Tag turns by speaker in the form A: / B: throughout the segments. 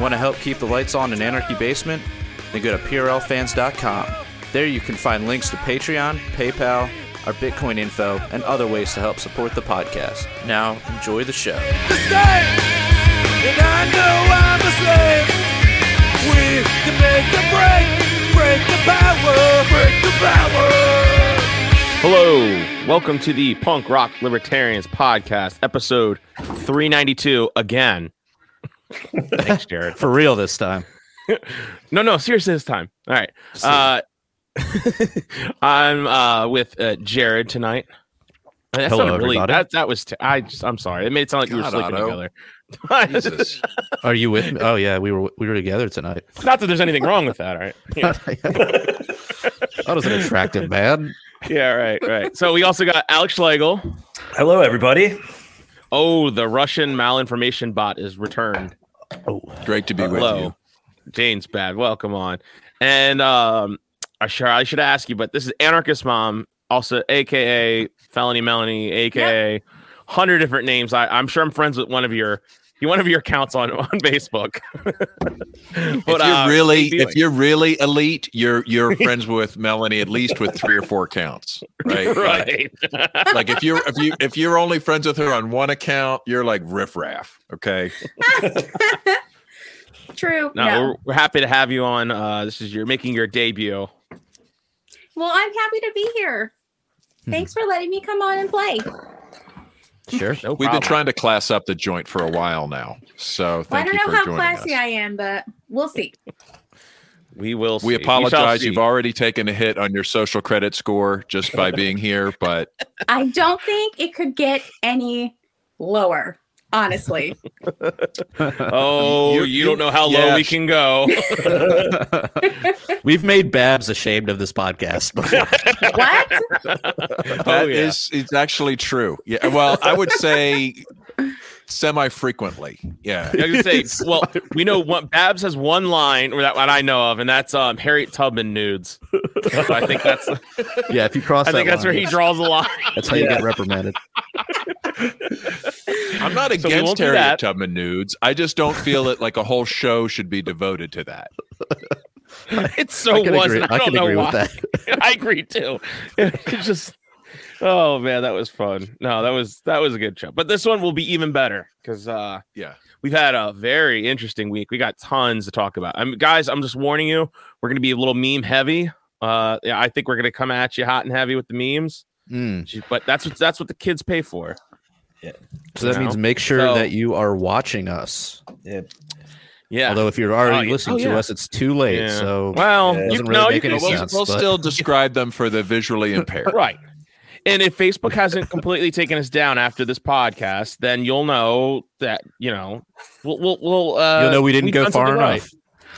A: Want to help keep the lights on in Anarchy Basement? Then go to PRLFans.com. There you can find links to Patreon, PayPal, our Bitcoin info, and other ways to help support the podcast. Now, enjoy the show.
B: Hello, welcome to the Punk Rock Libertarians Podcast, episode 392 again. Thanks, Jared.
A: For real this time.
B: No, no, seriously this time. All right. Uh, I'm uh, with uh, Jared tonight. That
A: Hello,
B: sounded really,
A: everybody.
B: That, that was, t- I just, I'm sorry. It made it sound like we were
C: God,
B: sleeping
C: Otto.
B: together.
C: Jesus.
A: Are you with me? Oh yeah, we were we were together tonight.
B: Not that there's anything wrong with that, all right? Yeah,
A: that was an attractive man.
B: yeah right, right. So we also got Alex Schlegel.
D: Hello, everybody.
B: Oh, the Russian malinformation bot is returned.
C: Great to be with
B: Hello. Jane's bad. Well, come on. And um I sure I should ask you, but this is Anarchist Mom, also aka Felony Melanie, aka hundred different names. I, I'm sure I'm friends with one of your you one of your accounts on, on Facebook.
C: you.
B: But,
C: if
B: uh,
C: you're really,
B: big deal.
C: if you're really elite, you're you're friends with Melanie at least with three or four accounts, right? Like,
B: right,
C: like if you're if you if you're only friends with her on one account, you're like riffraff. Okay,
E: True.
B: no,
E: No.
B: We're, we're happy to have you on. Uh, this is you're making your debut.
E: Well, I'm happy to be here.
C: Hmm.
E: Thanks for letting me come on and play.
A: Sure.
B: No
C: we've
B: problem.
C: been trying to class up the joint for a while now, so
E: Well, I don't
C: thank you
E: know
C: for
E: how
C: joining
E: classy
C: us.
E: I am, but we'll see.
B: We will.
C: We
B: see. shall
C: apologize.
B: see.
C: You've already taken a hit on your social credit score just by being here, but
E: I don't think it could get any lower, honestly.
B: Oh, you,
C: You're-
B: don't know how low we
C: yes.
B: can go.
A: We've made Babs ashamed of this podcast. before.
E: what?
B: oh
C: That is, it's actually true. Yeah. Well, I would say semi frequently. Yeah.
B: I was gonna
A: It's
B: say, well, we know what Babs has one line or that one I know of, and that's um Harriet Tubman nudes. So I think that's
A: yeah, if you cross
B: I
A: that
B: think that's where
A: line,
B: he draws the line.
A: that's how you get reprimanded.
C: I'm not
B: So we won't
C: against
B: do
C: Harriet
B: that.
C: Tubman nudes. I just don't feel it like a whole show should be devoted to that.
B: It so
A: I can
B: was.
A: agree,
B: and I,
A: I
B: don't
A: can
B: know
A: agree
B: why.
A: with that.
B: I agree too. It's just oh man, that was fun. No, that was that was a good show. But this one will be even better because uh
C: Yeah.
B: we've had a very interesting week. We got tons to talk about. I'm guys, I'm just warning you, we're gonna be a little meme heavy. Uh yeah, I think we're gonna come at you hot and heavy with the memes.
A: Mm.
B: But that's what that's what the kids pay for.
A: So that
B: You
A: means
B: know?
A: make sure
B: So-
A: that you are watching us.
D: Yeah.
B: Yeah.
A: Although if you're already
B: Oh, yeah.
A: listening
B: Oh,
A: to
B: yeah.
A: us, it's too late.
B: Yeah.
A: So
B: Well,
D: Yeah.
B: you,
A: Doesn't really
B: no, you
A: make
B: can
A: any
C: We'll,
A: sense,
C: we'll
A: but-
C: still describe them for the visually impaired.
B: right. And if Facebook hasn't completely taken us down after this podcast, then you'll know that you know we'll we'll, we'll uh,
A: you'll know we didn't
B: we've
A: go
B: done
A: far
B: something right.
A: enough.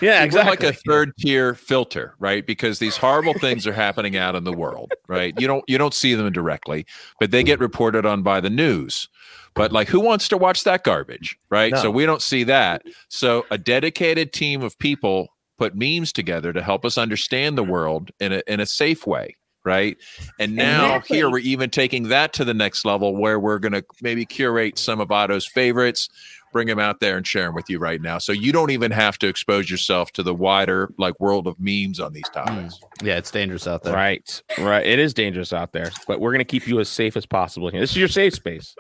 B: Yeah,
C: We're
B: exactly.
C: Like a third tier filter, right? Because these horrible things are happening out in the world, right? You don't you don't see them directly, but they get reported on by the news. But like, who wants to watch that garbage, right? So
A: No.
C: we don't see that. So a dedicated team of people put memes together to help us understand the world in a in a safe way, right? And now
E: Exactly.
C: here we're even taking that to the next level, where we're gonna maybe curate some of Otto's favorites bring them out there and share them with you right now. So you don't even have to expose yourself to the wider like world of memes on these topics.
A: Yeah, it's dangerous out there.
B: Right, right. It is dangerous out there, but we're gonna keep you as safe as possible here. This is your safe space.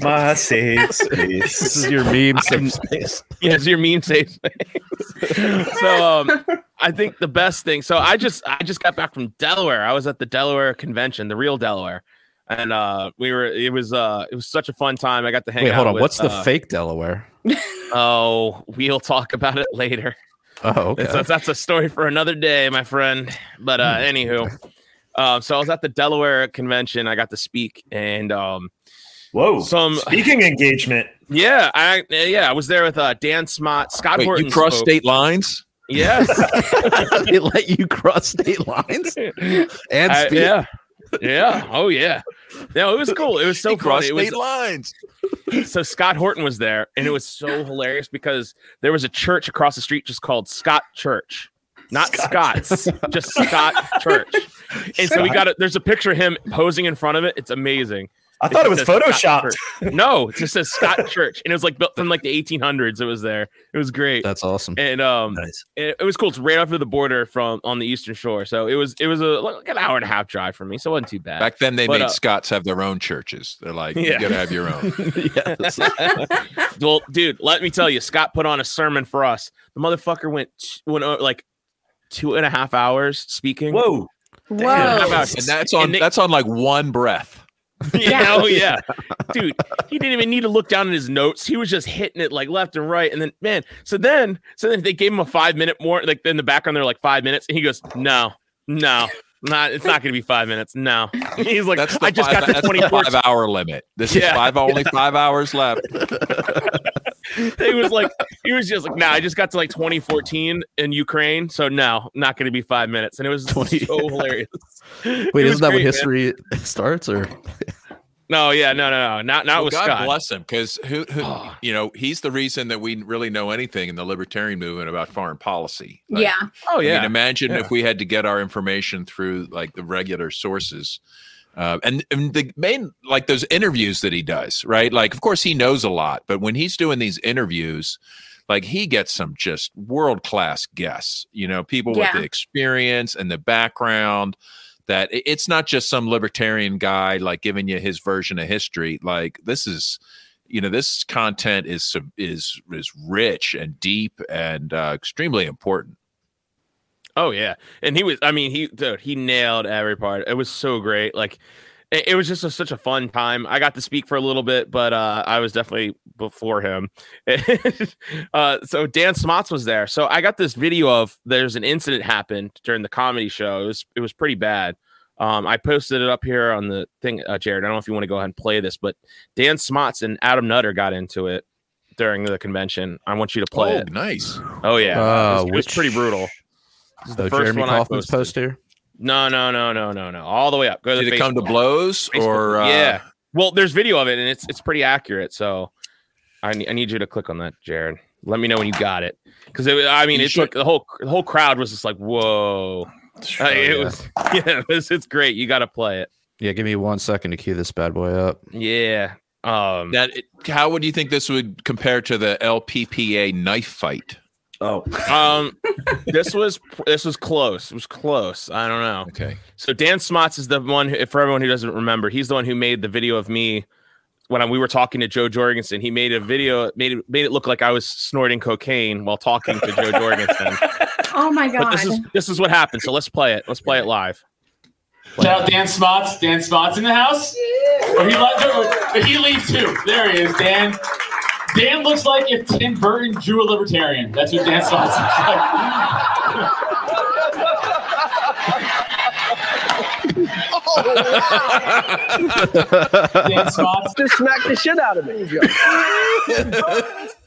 D: My safe space.
A: This is your meme safe space.
B: Yeah, it's your meme safe space. so um, I think the best thing. So I just I just got back from Delaware. I was at the Delaware convention, the real Delaware, and uh, we were. It was uh, it was such a fun time. I got to hang.
A: Wait,
B: out
A: hold on.
B: with,
A: What's the
B: uh,
A: fake Delaware?
B: Oh, we'll talk about it later.
A: Oh, okay.
B: That's, that's, that's a story for another day, my friend. But uh,
A: Hmm.
B: anywho, um, so I was at the Delaware convention. I got to speak, and um,
D: Whoa.
B: Some-
D: Speaking engagement.
B: yeah, I yeah, I was there with uh, Dan Smott, Scott
C: Wait,
B: Horton.
C: you cross
B: spoke.
C: state lines?
B: yes,
A: it let you cross state lines and
B: I-
A: speak.
B: yeah, yeah, oh yeah. No, it was cool. It was so
C: You
B: cool.
C: cross
B: It was
C: state lines.
B: so Scott Horton was there, and it was so hilarious because there was a church across the street just called Scott Church, not Scott's, just Scott Church. And so we got it. There's a picture of him posing in front of it. It's amazing.
D: I thought it was
B: just says Scott
D: photoshopped.
B: Church. no, it just says Scott Church, and it was like built from like the 1800s. It was there. It was great,
A: That's awesome.
B: and um,
D: Nice.
B: it, it was cool. It's right off of the border from on the eastern shore, so it was it was a like an hour and a half drive for me, so it wasn't too bad.
C: Back then, they
B: But,
C: made
B: uh,
C: Scots have their own churches. They're like, you
B: Yeah.
C: gotta have your own.
A: yeah, that's-
B: well, dude, let me tell you, Scott put on a sermon for us. The motherfucker went t- went uh, like two and a half hours speaking.
D: Whoa.
B: How
E: Whoa.
B: about-
C: and that's on
B: and they-
C: that's on like one breath.
B: yeah, oh yeah, dude. He didn't even need to look down at his notes. He was just hitting it like left and right. And then, man, so then, so then they gave him a five minute more. Like in the background, they're like five minutes, and he goes, "No, no, not. It's not gonna be five minutes. No." He's like,
C: That's the
B: "I just
C: five,
B: got the
C: that's the
B: twenty four
C: five hour limit. This is
B: Yeah.
C: five only five hours left.
B: he was like, he was just like, nah, I just got to like 2014 in Ukraine, so no, not going to be five minutes. And it was
A: 20
B: so hilarious. It
A: Wait,
B: was
A: isn't that
B: great,
A: when
B: man.
A: history starts? Or
B: No, yeah, no, no, no, not not
C: Well,
B: with
C: God
B: Scott. Ah.
C: bless him, because who, who you know, he's the reason that we really know anything in the libertarian movement about foreign policy. Like,
E: Yeah.
B: Oh
C: I
B: yeah,
C: mean, imagine
B: Yeah.
C: if we had to get our information through like the regular sources. Uh, and, and the main, like those interviews that he does, right? Like, of course, he knows a lot, but when he's doing these interviews, like he gets some just world class guests, you know, people
E: Yeah.
C: with the experience and the background that it- it's not just some libertarian guy like giving you his version of history. Like, this is, you know this content is sub- is is rich and deep and uh, extremely important
B: oh yeah. And he was, I mean, he dude, he nailed every part. It was so great. Like, it, it was just a, such a fun time. I got to speak for a little bit, but uh, I was definitely before him. uh, so Dan Smotz was there. So I got this video of there's an incident happened during the comedy show. It was it was pretty bad. Um, I posted it up here on the thing, uh, Jared. I don't know if you want to go ahead and play this, but Dan Smotz and Adam Nutter got into it during the convention. I want you to play
C: oh
B: it.
C: nice
B: Oh yeah, it,
A: Uh,
B: was, it was
A: which-
B: pretty brutal. This is the
A: oh,
B: first
A: Jeremy
B: one
A: Kaufman's
B: I posted.
A: post here?
B: No, no, no, no, no, no. All the way up. Go to
C: did
B: the
C: it come to
B: Facebook.
C: blows
B: Facebook.
C: or uh,
B: yeah. Well, there's video of it, and it's it's pretty accurate. So I need I need you to click on that, Jared. Let me know when you got it, because I mean,
C: You
B: it's like the whole the whole crowd was just like, "Whoa!" Uh, it
A: yeah.
B: was yeah, it was, it's great. You got to play it.
A: Yeah, give me one second to cue this bad boy up.
B: Yeah. Um.
C: that how would you think this would compare to the lppa knife fight
D: Oh.
B: um. this was this was close. It was close. I don't know.
C: okay
B: So Dan Smotz is the one. Who, for everyone who doesn't remember, he's the one who made the video of me when I, we were talking to Joe Jorgensen. He made a video, made it made it look like I was snorting cocaine while talking to Joe Jorgensen.
E: Oh my
B: But
E: god.
B: this is this is what happened. So let's play it. Let's play it live.
F: Shout out Dan Spots. Dan Spots in the house. Or he, left, or- or he leaves too. There he is, Dan. Dan looks like if Tim Burton drew a libertarian. That's what Dan Spots looks like. Dan Spots.
G: just smacked the shit out of me.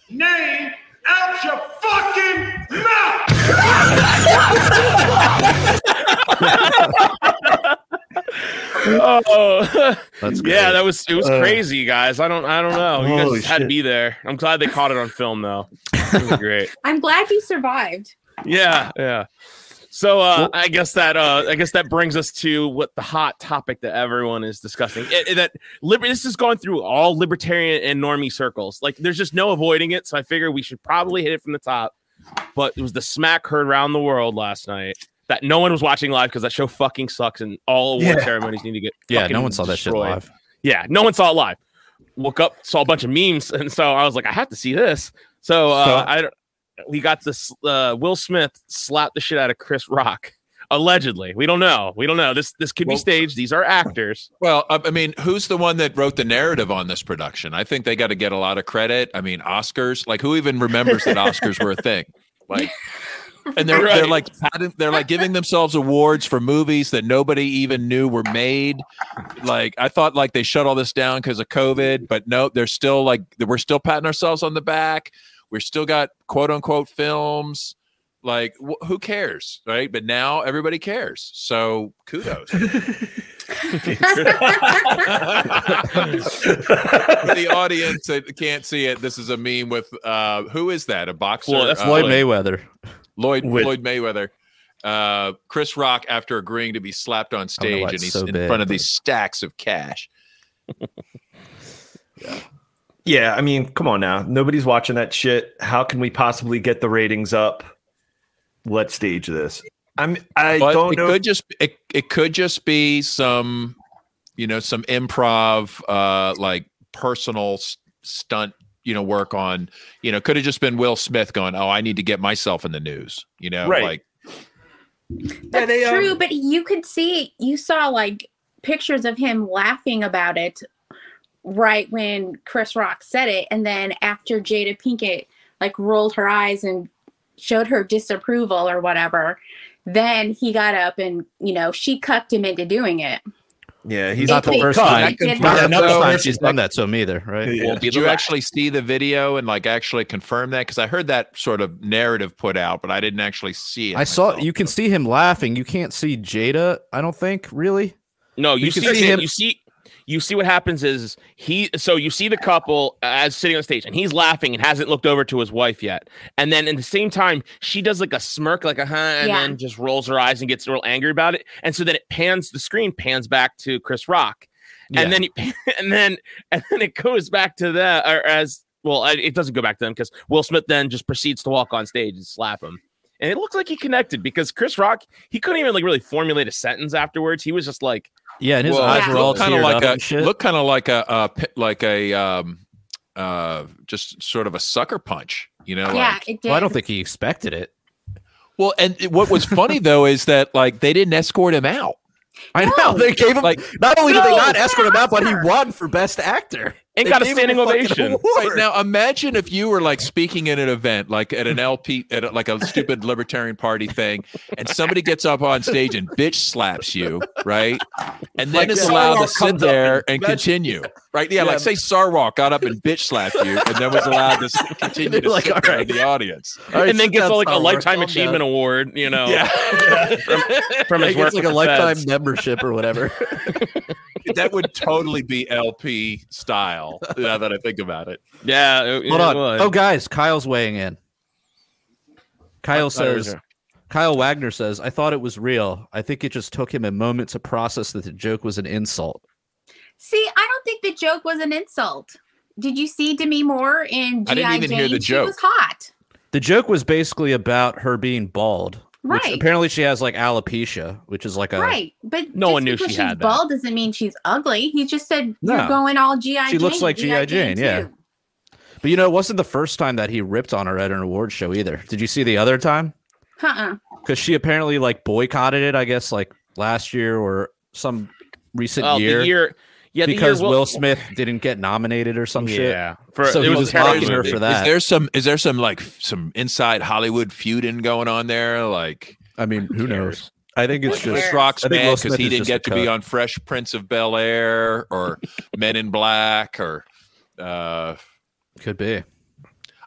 H: name out your fucking mouth.
B: Oh,
A: That's great.
B: yeah, that was it was
D: Uh,
B: crazy, guys. I don't I don't know. You guys
D: holy
B: just had to
D: shit.
B: be there. I'm glad they caught it on film though. It was great.
E: I'm glad you survived.
B: Yeah, yeah. So uh, I guess that uh, I guess that brings us to what the hot topic that everyone is discussing. It, it- that liber- this is going through all libertarian and normie circles. Like there's just no avoiding it. So I figure we should probably hit it from the top. But it was the smack heard around the world last night that no one was watching live because that show fucking sucks and all award
D: Yeah.
B: ceremonies need to get
A: yeah,
B: fucking
A: no one saw that shit
B: destroyed.
A: live.
B: Yeah, no one saw it live. Woke up, saw a bunch of memes, and so I was like, I have to see this. So, uh,
D: So-
B: I don't. We got this. Uh, Will Smith slapped the shit out of Chris Rock. Allegedly, we don't know. We don't know. This this could be
C: Well-
B: staged. These are actors.
C: well I, I mean who's the one that wrote the narrative on this production i think they got to get a lot of credit i mean oscars like who even remembers that oscars were a thing like and they're, they're
B: Right.
C: like patting- they're like giving themselves awards for movies that nobody even knew were made. Like I thought, like they shut all this down because of COVID, but no, they're still like we're still patting ourselves on the back. We're still got quote unquote films. Like wh- who cares, right? But now everybody cares. So kudos.
D: Oh.
C: For the audience that can't see it, this is a meme with uh, who is that? A boxer?
B: Well, that's
C: Uh,
A: Floyd
C: like-
A: Mayweather.
C: Lloyd
D: With-
C: Floyd Mayweather, uh, Chris Rock, after agreeing to be slapped on
A: I don't know why
C: stage, and
A: it's
C: he's
A: so
C: in
A: big,
C: front of
A: but-
C: these stacks of cash.
D: Yeah, I mean, come on now. Nobody's watching that shit. How can we possibly get the ratings up? Let's stage this. I'm. I
C: but
D: don't
C: it
D: know.
C: could just it, it could just be some you know some improv uh like personal s- stunt you know work on you know could have just been will smith going oh i need to get myself in the news you know
D: Right.
C: like
E: That's
D: they, um,
E: true, but you could see you saw like pictures of him laughing about it right when Chris Rock said it, and then after Jada Pinkett like rolled her eyes and showed her disapproval or whatever, then he got up and you know she cucked him into doing it.
D: yeah, he's
E: Not the first
C: God,
E: time.
C: I can
E: Not
C: find
E: the
C: out
E: another
C: though.
E: time
C: It's
A: she's done that to him either, right?
D: Yeah.
C: Did you actually see the video and like actually confirm that? Because I heard that sort of narrative put out, but I didn't actually see it.
A: I saw
C: myself.
A: you can see him laughing. You can't see Jada, I don't think, really.
B: No, you,
A: You can
B: see,
A: see
B: him.
A: him-
B: You see, you see what happens is he. So you see the couple as sitting on stage, and he's laughing and hasn't looked over to his wife yet. And then at the same time, she does like a smirk, like a huh, and
E: Yeah.
B: then just rolls her eyes and gets real angry about it. And so then it pans the screen, pans back to Chris Rock,
A: Yeah.
B: and then he, and then and then it goes back to the or as well. I- It doesn't go back to them because Will Smith then just proceeds to walk on stage and slap him. And it looks like he connected because Chris Rock, he couldn't even like really formulate a sentence afterwards. He was just like,
A: Yeah, and his
C: Well,
A: eyes
E: yeah.
A: were all
C: kind of
A: teared
C: like
A: up
C: a
A: and shit.
C: look kind of like a uh, pi- like a um uh just sort of a sucker punch, you know?
E: yeah,
C: Like,
E: it did.
A: well, I don't think he expected it.
C: well, and it- what was funny though is that like they didn't escort him out.
A: I
E: No.
A: know they gave him.
C: Like-
A: not only did they
E: No,
A: not
E: it's
A: escort
E: an
A: him out, but he
E: Oscar.
A: won for best actor
B: and
A: They
B: got a
A: gave him
B: standing
A: fucking
B: ovation.
A: award.
C: Right now, imagine if you were like speaking at an event, like at an LP, at a, like a stupid libertarian party thing, and somebody gets up on stage and bitch slaps you, right? And then
D: Like
C: it's
D: Sarwar
C: allowed to sit
D: comes up
C: there and
D: and-
C: continue, right? Yeah,
A: Yeah.
C: like say Sarwar got up and bitch slapped you, and then was allowed to s- continue to
A: They're like,
C: sit
A: "All
C: there in
A: right."
C: the audience.
A: All right,
B: and then
A: sit
B: gets
A: down,
B: like a
A: Star Wars,
B: lifetime
A: calm
B: achievement
A: down.
B: award, you know,
C: Yeah,
B: from
A: Like,
B: his work.
A: it's like
B: with
A: a
B: the
A: lifetime
B: feds.
A: membership or whatever.
C: that would totally be LP style. Now that I think about it,
B: Yeah, it- it
A: Hold on.
B: would.
A: Oh, guys, Kyle's weighing in. Kyle
B: thought it was
A: says,
B: her.
A: Kyle Wagner says, I thought it was real. I think it just took him a moment to process that the joke was an insult.
E: See, I don't think the joke was an insult. Did you see Demi Moore in G.I.
C: I didn't
E: Jane?
C: even hear the
E: She was hot.
A: The joke was basically about her being bald. Which
E: Right.
A: apparently she has like alopecia, which is like a.
E: Right, but
B: No
E: just
B: one knew
E: because
B: she
E: she's
B: had that.
E: bald doesn't mean she's ugly. He just said
A: No.
E: you're going all GI.
A: She looks like G.I. Jane, yeah. But you know, it wasn't the first time that he ripped on her at an award show either. Did you see the other time?
E: Huh.
A: Because she apparently like boycotted it, I guess, like last year or some recent
B: Oh,
A: year.
B: the year. Yeah, the
A: because
B: year
A: Will Smith didn't get nominated or some shit.
B: Yeah, for
A: So
B: it
A: he
B: was,
A: was
B: a terrible
A: mocking her
B: movie.
A: for
C: is
A: that.
C: there some is there some like f- some inside Hollywood feuding going on there? Like
A: I mean, who knows? I think it's
E: Who
A: just
E: cares?
C: Chris Rock's
A: I think
C: mad
A: Will
C: because
A: Smith
C: he
A: is
C: didn't
A: just a
C: get to be
A: cut.
C: on Fresh Prince of Bel Air or Men in Black or. Uh,
A: could be.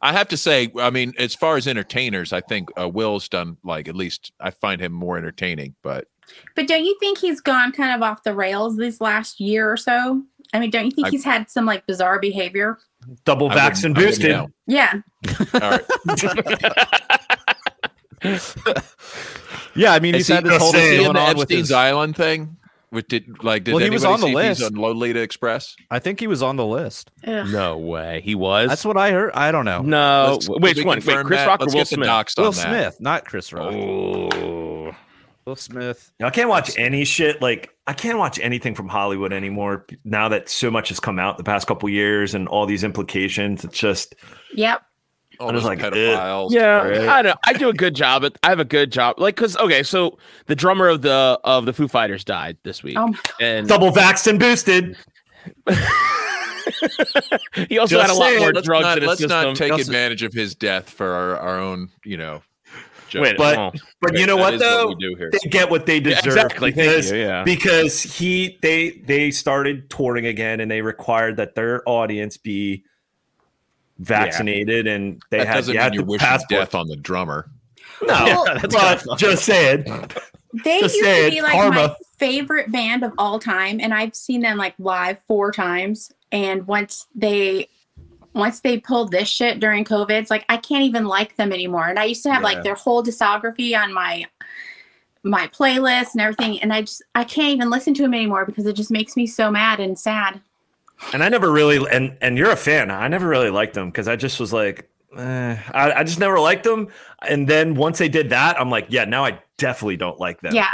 C: I have to say, I mean, as far as entertainers, I think uh, Will's done like at least I find him more entertaining. But
E: But don't you think he's gone kind of off the rails this last year or so? I mean, don't you think
C: I-
E: he's had some like bizarre behavior?
D: double
C: I
D: vax and
C: wouldn't- I wouldn't
D: boosted.
C: know.
E: Yeah.
C: All right.
A: Yeah, I mean,
C: Is
A: he's
C: Oh, he,
A: had this whole
D: is he
A: thing
C: in
A: going
C: the
A: on with
C: Epstein's
A: his, I
C: Island thing? With did like did
A: Well, he
C: anybody
A: was on the
C: see if he's
A: list.
C: on Lolita Express?
A: think he was on the list.
E: Ugh.
B: no way, he was.
A: That's what I heard. I don't know.
B: no,
C: Let's-
B: w- Oh, wait, which
C: can we
B: one? Wait,
C: confirm
B: Chris
C: that?
B: Rock or
C: Let's
B: Will
C: get the
B: Smith?
C: doxed on
A: Will
C: that.
A: Smith, not Chris Rock.
B: Oh,
A: Will Smith.
D: I can't watch any shit. Like I can't watch anything from Hollywood anymore. Now that so much has come out the past couple years and all these implications, it's just
E: Yep.
C: All
D: I was
C: those
D: like, eh.
C: pedophiles.
B: yeah,
D: Right.
B: I don't. I do a good job. At, I have a good job. Like, cause okay, so the drummer of the of the Foo Fighters died this week,
E: Oh my
B: and
D: double vaxxed and boosted.
B: he also
D: Just
B: had a lot
D: saying,
B: more
C: let's
B: drugs
C: not,
B: in his
C: let's
B: system.
C: not take
A: That's-
C: advantage of his death for our, our own, you know.
D: Wait, but-
B: Oh,
D: But you know
C: That
D: what
C: is we
D: though?
C: do here.
D: They get what they
B: yeah,
D: deserve.
B: exactly. Thank
D: because-
B: you. Yeah.
D: because he they they started touring again and they required that their audience be vaccinated and they
C: That
D: had
C: doesn't
D: you
C: mean
D: had
C: you're
D: to
C: wishing
D: passport.
C: death on the drummer.
D: No,
E: Well,
D: but just saying.
E: They
D: Just
E: used
D: saying,
E: to be like my
D: karma.
E: favorite band of all time, and I've seen them like live four times. And once they, once they pulled this shit during COVID, it's like I can't even like them anymore. And I used to have
C: Yeah.
E: like their whole discography on my my playlist and everything, and I just I can't even listen to them anymore because it just makes me so mad and sad.
D: And I never really and and you're a fan. I never really liked them because I just was like, eh, I, I just never liked them. And then once they did that, I'm like, yeah, now I definitely don't like them.
E: Yeah.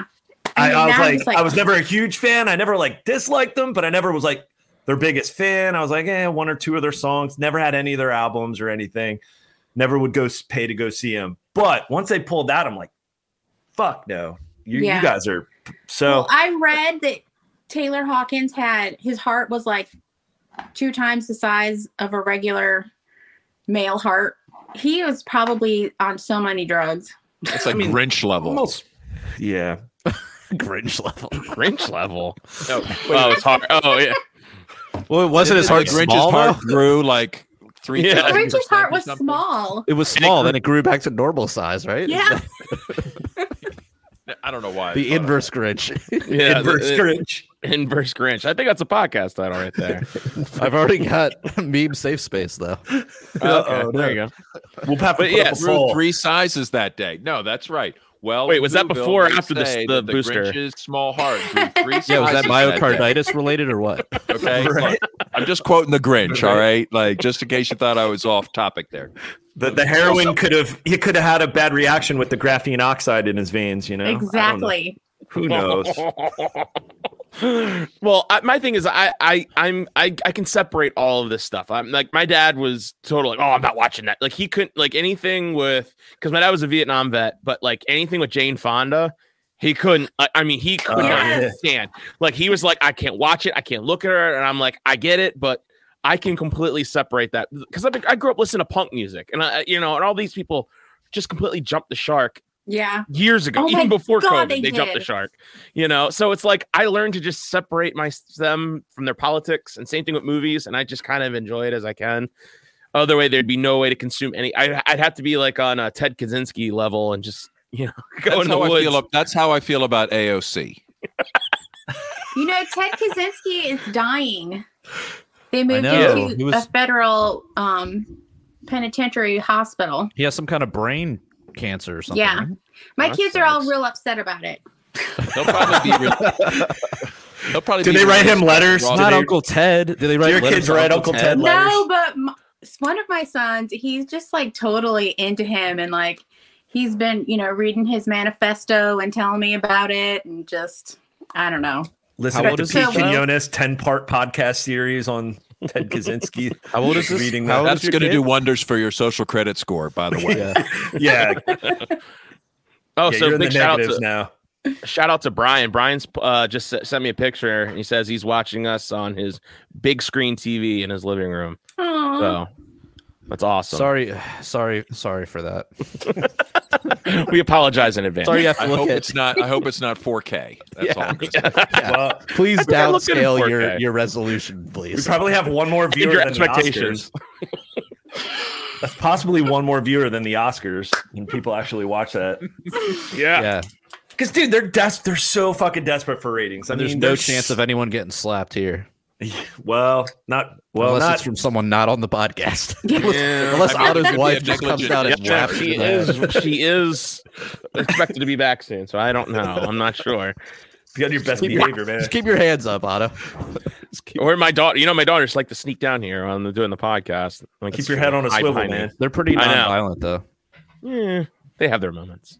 D: I,
E: mean,
D: I was
E: now I'm
D: like,
E: just
D: I was never a huge fan. I never like disliked them, but I never was like their biggest fan. I was like, eh, one or two of their songs. Never had any of their albums or anything. Never would go s- pay to go see them. But once they pulled that, I'm like, fuck no. You,
E: Yeah.
D: you guys are so
E: Well, I read that Taylor Hawkins had his heart was like two times the size of a regular male heart. He was probably on so many drugs.
C: It's like Grinch level.
D: almost. Yeah. Grinch level.
B: Grinch level. Oh, oh, it's hard. Oh, yeah.
A: Well, it wasn't as hard.
C: Grinch's
A: small,
C: heart
A: though?
C: grew like three.
B: Yeah.
C: thousand
E: Richard's
C: percent or
E: heart was
C: something.
E: small.
A: It was
B: And it
A: small,
B: grew-
A: then it grew back to normal size, right?
E: Yeah.
C: I don't know why.
A: The inverse Grinch.
B: yeah
D: Inverse
B: the- uh,
D: Grinch.
B: Inverse Grinch. I think that's a podcast title right there.
A: I've already got meme safe space though.
B: okay, there you go.
D: We'll have to
B: But
D: put
B: yeah,
D: up a
C: Grew
D: poll.
C: three sizes that day. No, that's right. Well,
B: Wait, was that
C: Whoville,
B: before or
C: they
B: after the-
C: say
B: the
C: that
B: booster?
C: Grinch's small heart. Grew three
A: Yeah, was that
C: sizes day.
A: myocarditis related or what?
C: Okay, look, I'm just quoting the Grinch. All right, like just in case you thought I was off topic there.
D: The, the heroin could have he could have had a bad reaction with the graphene oxide in his veins, you know. I don't know.
E: exactly.
D: Who knows?
B: well, I, my thing is, I, I, I'm, I, I can separate all of this stuff. I'm like, my dad was total like, oh, I'm not watching that. Like, he couldn't like anything with because my dad was a Vietnam vet, but like anything with Jane Fonda, he couldn't. I, I mean, he could not
E: Yes.
B: understand. Like, he was like, I can't watch it. I can't look at her, and I'm like, I get it, but. I can completely separate that because I, I grew up listening to punk music, and I, you know, and all these people just completely jumped the shark
E: Yeah.
B: years ago,
E: Oh my
B: even before
E: God,
B: COVID, they,
E: they
B: jumped the
E: did.
B: shark. You know, so it's like I learned to just separate my them from their politics, and same thing with movies, and I just kind of enjoy it as I can. Other way, there'd be no way to consume any. I, I'd have to be like on a Ted Kaczynski level and just you know go
C: That's
B: in the
C: how I
B: woods.
C: feel. ab- That's how I feel about AOC.
E: You know, Ted Kaczynski is dying. They moved
A: know.
E: him
A: He
E: to
A: was-
E: a federal um, penitentiary hospital.
A: He has some kind of brain cancer or something.
E: Yeah.
A: right?
E: My
B: that
E: kids are all
B: sucks.
E: real upset about it.
C: They'll probably be. Re- they'll probably.
D: Do
C: be
D: they write him letters?
A: It's
C: Well,
D: Do
A: not
D: they-
A: Uncle Ted. Did they
D: do
A: write
D: your
A: letters
D: kids
A: to
D: write Uncle Ted letters?
E: No, but m one of my sons, he's just like totally into him and like he's been, you know, reading his manifesto and telling me about it and just I don't know.
D: Listen
A: How
D: to
A: old is
D: Pete
E: he, Joe?
D: Quinones ten part podcast series on Ted Kaczynski.
A: How old is this?
D: Reading
A: How
D: that.
A: old
C: That's
A: is your
C: going to
A: kid?
C: do wonders for your social credit score, by the way.
A: Yeah.
D: yeah,
B: oh,
D: yeah, you're
B: so
D: in the
B: big shout out
D: negatives
B: to
D: now.
B: shout out to Brian. Brian's uh, just s- sent me a picture. and He says he's watching us on his big screen TV in his living room.
E: Aw.
B: So that's awesome.
A: Sorry, sorry, sorry for that.
B: we apologize in advance.
A: Sorry, you have to
C: I
A: look
C: hope
A: at.
C: it's not. I hope it's not 4K. That's all. I'm gonna say.
D: Well,
A: Please
B: I looked at it in
A: downscale
B: 4K.
A: your your resolution,
D: we
A: please.
D: probably have one more viewer
B: your
D: than the
B: expectations.
D: Oscars. That's possibly one more viewer than the Oscars when people actually watch that.
A: yeah,
D: Because dude, they're des- they're so fucking desperate for ratings. I
A: and there's
D: mean,
A: no
D: they're
A: chance of anyone getting slapped here,
D: Well, not well,
A: unless
D: not
A: it's from someone not on the podcast. unless unless
C: I mean,
A: Otto's
C: we have
A: wife just comes
C: negligent-
A: out and
B: Yeah,
A: whaps
B: she
A: you in the head.
B: is. She is expected to be back soon, so I don't know. I'm not sure.
D: be on your best
A: Keep your-
D: behavior, man.
A: Just keep your hands up, Otto. Just keep-
B: Or my daughter. You know, my daughters like to sneak down here on the doing the podcast. Like,
D: Keep your head on a
B: hide
D: swivel,
B: behind
D: man.
A: They're pretty
B: I know.
A: non-violent, though.
B: me. Yeah, they have their moments.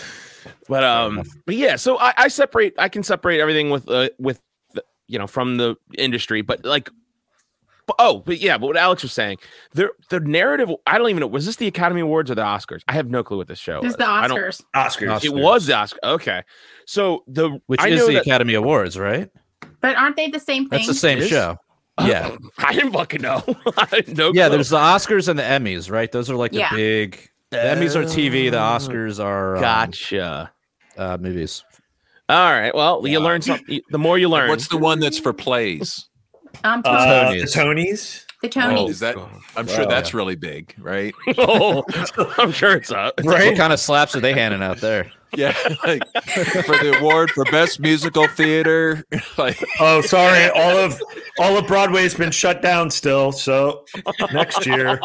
B: but um, but yeah. So I, I separate. I can separate everything with uh with the, you know from the industry, but like. But, oh, but yeah, but what Alex was saying, the the narrative. I don't even know. Was this the Academy Awards or the Oscars? I have no clue what this show
E: Just
B: is.
E: the
B: I don't-
E: Oscars.
D: Oscars.
B: It was the Oscar. Okay, so the
A: Which
B: I
A: is
B: know
A: the
B: that-
A: Academy Awards, right?
E: But aren't they the same thing?
A: That's the same
B: It is? Oh,
A: show. Yeah,
B: I didn't fucking know. I had no
A: yeah.
B: clue.
A: There's the Oscars and the Emmys, right? Those are like the
E: Yeah.
A: big. The Emmys are TV. The Oscars are um,
B: gotcha.
A: uh, movies.
B: All right. Well, you learn something. The more you learn.
C: What's the one that's for plays? Oh,
E: Um,
D: Uh,
A: Tonys.
D: The Tonys.
E: the Tony.
C: Is that? I'm sure that's really big, right?
B: oh, I'm sure it's up.
A: Right? What kind of slaps are they handing out there?
C: Yeah, like for the award for best musical theater. Like,
D: Oh, sorry. All of all of Broadway's been shut down still. So next year,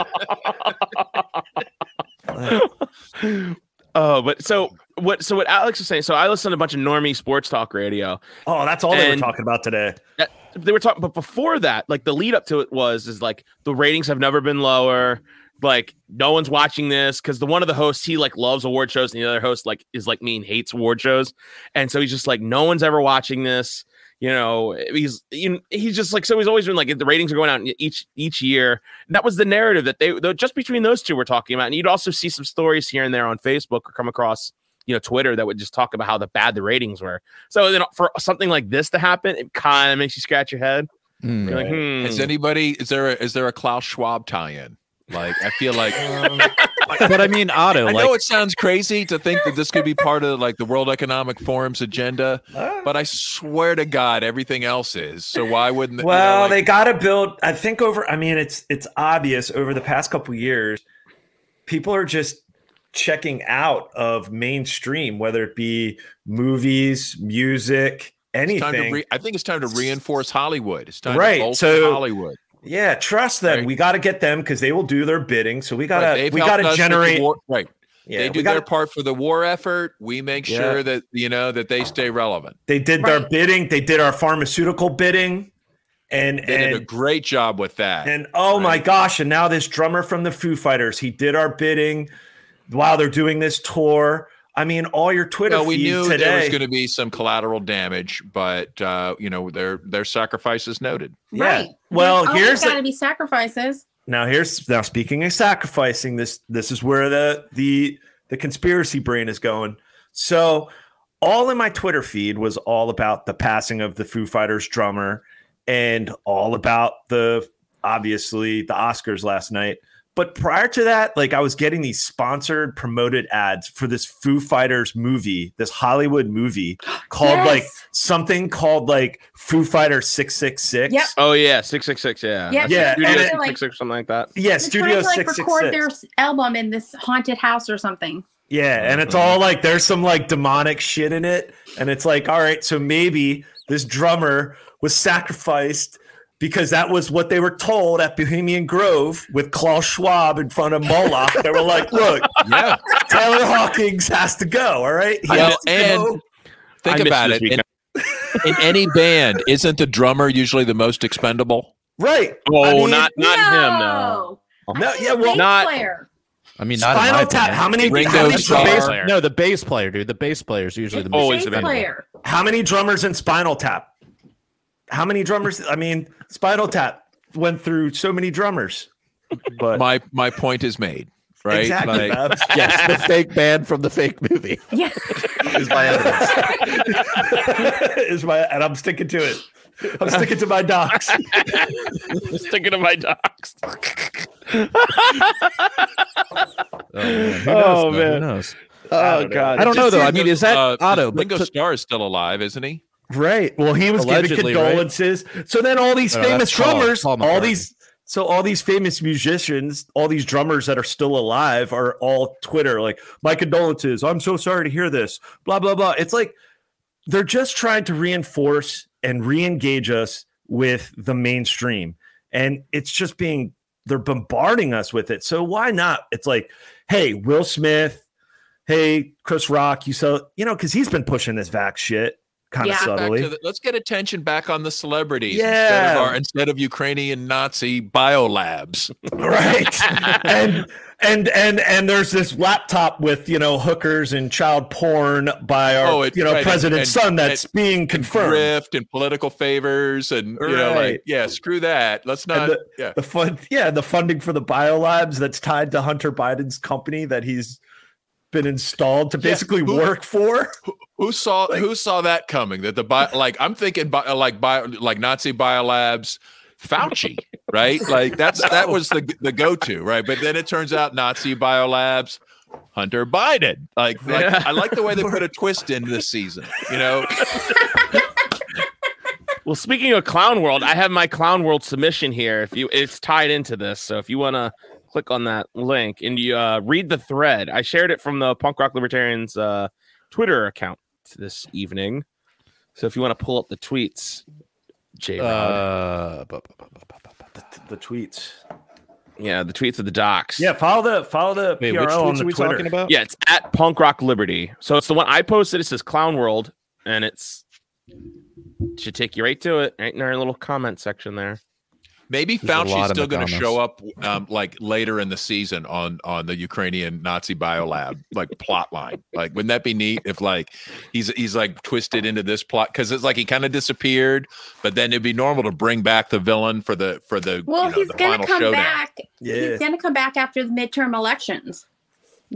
B: Oh, but so what? So what Alex was saying. So I listen to a bunch of normie sports talk radio.
D: oh, that's all they
B: And-
D: were talking about today.
B: That, they were talking, but before that, like the lead up to it was is like the ratings have never been lower. Like no one's watching this because the one of the hosts he like loves award shows and the other host like is like mean hates award shows, and so he's just like no one's ever watching this. You know he's you know, he's just like so he's always been like the ratings are going out each each year. And that was the narrative that they though, just between those two were talking about, and you'd also see some stories here and there on Facebook or come across you know Twitter that would just talk about how the bad the ratings were. So then for something like this to happen, it kind of makes you scratch your head. You're like, hmm.
C: Is anybody is there a, is there a Klaus Schwab tie-in? Like I feel like
A: but I mean, Otto,
C: I
A: like,
C: know it sounds crazy to think that this could be part of like the World Economic Forum's agenda, but I swear to God, everything else is. So why wouldn't you know,
D: Well,
C: like-
D: they got to build. I think over. I mean, it's it's obvious over the past couple years, people are just checking out of mainstream, whether it be movies, music,
C: it's time to
D: anything.
C: re- I think it's time to reinforce Hollywood. It's time
D: Right,
C: to bolster
D: so-
C: Hollywood.
D: yeah, trust them.
C: Right.
D: We got to get them because they will do their bidding. So we
C: Right,
D: gotta
C: they've
D: we
C: helped us
D: gotta
C: with the
D: generate.
C: war- right.
D: yeah,
C: they do
D: we gotta,
C: their part for the war effort. We make
D: Yeah.
C: sure that you know that they stay relevant.
D: They did their
E: Right.
D: bidding. They did our pharmaceutical bidding, and
C: They
D: and
C: did a great job with that.
D: And oh my
C: Right.
D: gosh, and now this drummer from the Foo Fighters, he did our bidding while they're doing this tour. I mean, all your Twitter
C: No, we
D: feed
C: knew
D: today.
C: there was going to be some collateral damage, but uh, you know their their sacrifice is noted.
D: yeah.
E: Right.
D: Well,
E: There's
D: here's the-
E: got to be sacrifices.
D: now here's now speaking of sacrificing this this is where the the the conspiracy brain is going. So all in my Twitter feed was all about the passing of the Foo Fighters drummer and all about the obviously the Oscars last night. But prior to that, like I was getting these sponsored promoted ads for this Foo Fighters movie, this Hollywood movie called
E: Yes.
D: like something called like Foo Fighter 666.
E: Yep.
B: oh yeah, six six six, yeah,
E: Yeah,
B: That's
D: Yeah,
B: Studio
D: and
E: it-
B: 666, something like that.
D: Yeah,
E: They're
D: Studio
E: trying to like record
D: 666.
E: their s- album in this haunted house or something.
D: Yeah, and it's all like there's some like demonic shit in it, and it's like, all right, so maybe this drummer was sacrificed because that was what they were told at Bohemian Grove with Klaus Schwab in front of Moloch. they were like, look,
C: Yeah,
D: Taylor Hawkins has to go. All right, He
C: I know,
D: has to
C: and-
D: go.
C: think
B: I miss
C: about
B: this
C: it. In,
B: weekend.
C: in any band, isn't the drummer usually the most expendable?
D: right,
B: Oh,
D: I mean-
B: not not him, no.
E: I
D: Oh, No,
E: need
D: yeah,
E: a
D: well-
E: bass
B: Not-
E: player.
A: I mean, not in my
D: Spinal Tap.
A: opinion.
D: How many?
C: Ringo
D: How many,
C: Starr.
D: bass-
B: player.
A: No, the bass player, dude. The bass player is usually the
E: It's
A: most
B: Always
E: bass
B: the best.
A: expendable.
E: player.
D: how many drummers in Spinal Tap? How many drummers? I mean, Spinal Tap went through so many drummers, but
C: My my point is made. Right?
D: exactly.
C: Like,
D: Babs.
A: Yes, the fake band from the fake movie
E: Yeah.
A: is my evidence.
D: is my and I'm sticking to it. I'm sticking to my docs.
B: Sticking to my docs.
A: Oh, man. Who
B: Oh,
A: knows, man.
B: man.
A: Who knows?
B: Oh god,
A: I don't know though. I mean, is that
C: uh,
A: Otto? But
C: Ringo
A: to-
C: Starr is still alive, isn't he?
D: Right. Well, he was
A: Allegedly,
D: giving condolences. So then all these
A: No,
D: famous
A: that's Paul-
D: drummers,
A: Paul
D: all
A: McCartney.
D: these so all these famous musicians, all these drummers that are still alive are all Twitter like my condolences. I'm so sorry to hear this. Blah blah blah. It's like they're just trying to reinforce and re-engage us with the mainstream. And it's just being they're bombarding us with it. So why not? It's like, hey, Will Smith, hey, Chris Rock, you so you know, because he's been pushing this vax shit kind
E: Yeah.
D: of
E: Back to
C: Back
D: subtly.
C: to the- let's get attention back on the celebrities instead,
D: Yeah.
C: of our, instead of Ukrainian Nazi biolabs.
D: right and and and and there's this laptop with you know hookers and child porn by our
C: Oh, it-
D: you know
C: right, and-
D: president's
C: and-
D: son that's being confirmed
C: Grift and political favors and you know,
D: Right.
C: like, yeah, screw that. Let's
D: And
C: not
D: the-
C: yeah.
D: the fund yeah the funding for the biolabs that's tied to hunter biden's company that he's been installed to
C: Yeah,
D: basically
C: who-
D: work for
C: Who saw who saw that coming? That the bio, like I'm thinking bio, like bio, like Nazi biolabs, Fauci, right? Like that's that was the the go to, right? But then it turns out Nazi biolabs, Hunter Biden. Like, like
B: Yeah.
C: I like the way they put a twist in this season. You know,
B: Well, speaking of Clown World, I have my Clown World submission here. If you, it's tied into this, so if you want to click on that link and you uh, read the thread, I shared it from the Punk Rock Libertarians uh, Twitter account this evening. So if you want to pull up the tweets, J. Rod.
A: Uh, bu- bu- bu- bu- bu- bu- bu-
D: the tweets
B: yeah, the tweets of the docs.
D: yeah follow the follow the
A: Wait,
D: PRO
A: which
D: on
A: tweets
D: the
A: are we
D: Twitter.
A: talking about?
B: yeah, it's at Punk Rock Liberty. So it's the one I posted. It says Clown World, and it's Should take you right to it, right in our little comment section there.
C: Maybe
G: There's a lot
C: Fauci's
G: in
C: still
G: the
C: going to
G: comments.
C: show up um, like later in the season on on the Ukrainian Nazi biolab like plot line. Like, wouldn't that be neat if like he's he's like twisted into this plot because it's like he kind of disappeared, but then it'd be normal to bring back the villain for the for the
E: Well,
C: you know,
E: he's
C: the
E: gonna
C: final
E: come
C: showdown.
E: back.
D: Yeah. Oh,
E: He's gonna come back after the midterm elections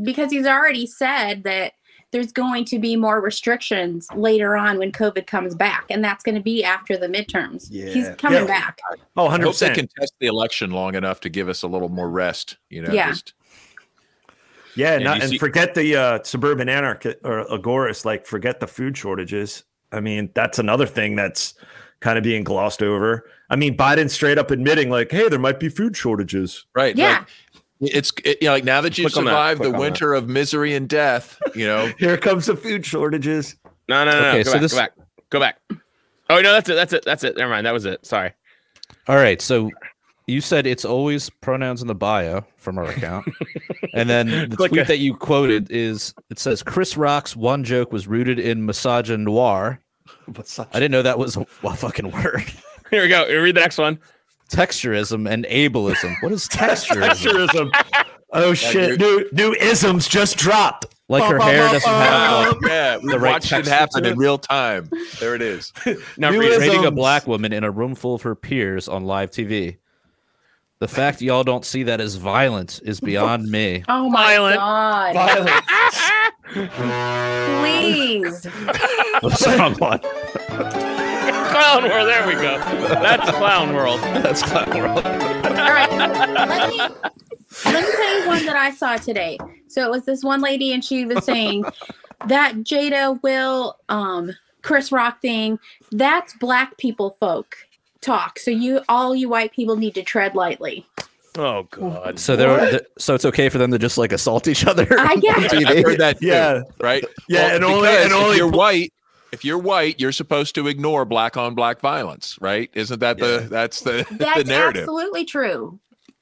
E: because he's already said that there's going to be more restrictions later on when COVID comes back, and that's going to be after the midterms. He's
D: Yeah.
E: coming
D: Yeah.
E: back.
C: I
D: Oh, 100
C: hope they
D: percent.
C: can test the election long enough to give us a little more rest. You know,
E: Yeah.
C: just
D: Yeah,
B: And
D: not,
B: you
D: and
B: see-
D: forget the uh, suburban anarchist or agorist. Like, forget the food shortages. I mean, that's another thing that's kind of being glossed over. I mean, Biden straight up admitting, like, "Hey, there might be food shortages."
C: right.
E: Yeah.
C: Like, it's it, you know, like now that you've
B: Click on that,
C: survived the
B: click on that.
C: winter of misery and death, you know,
D: Here comes the food shortages.
B: No, no, no. no.
A: Okay,
B: Go,
A: so
B: back,
A: this-
B: go back. Go back. Oh no, that's it. That's it. That's it. Never mind. That was it. Sorry.
A: All right, so you said it's always pronouns in the bio from our account, and then the
B: Click
A: tweet
B: it.
A: that you quoted is it says Chris Rock's one joke was rooted in misogynoir. I didn't know that was a, a fucking word.
B: Here we go. Read the next one.
A: Texturism and ableism. What is texturism?
D: Tourism. oh shit! New new isms just dropped.
A: like her hair doesn't have like,
C: Uh, yeah, we
A: Oh, The right
C: watched it
A: texture
C: happen
A: to
C: in
A: it?
C: real time. There it is.
B: Now
D: New
B: read it.
D: is-
A: rating a
D: Isms.
A: black woman in a room full of her peers on live TV. The fact y'all don't see that as violent is beyond me.
E: Oh my
B: Violent.
E: god! Please.
B: Clown world. There we go. That's clown world.
A: That's clown world.
E: All right. Let me, let me tell you one that I saw today. So it was this one lady, and she was saying that Jada will um, Chris Rock thing. That's black people folk talk. So you, all you white people, need to tread lightly.
B: Oh god.
A: So there, were- th- so it's okay for them to just like assault each other.
E: I guess.
A: on
C: I
A: TV?
C: heard that. too,
D: Yeah.
C: right.
D: Yeah, and only-
C: because
D: and
C: if
D: only-
C: you're white. If you're white, you're supposed to ignore black on black violence, right? Isn't that the that's the
E: That's
C: the narrative?
E: absolutely true.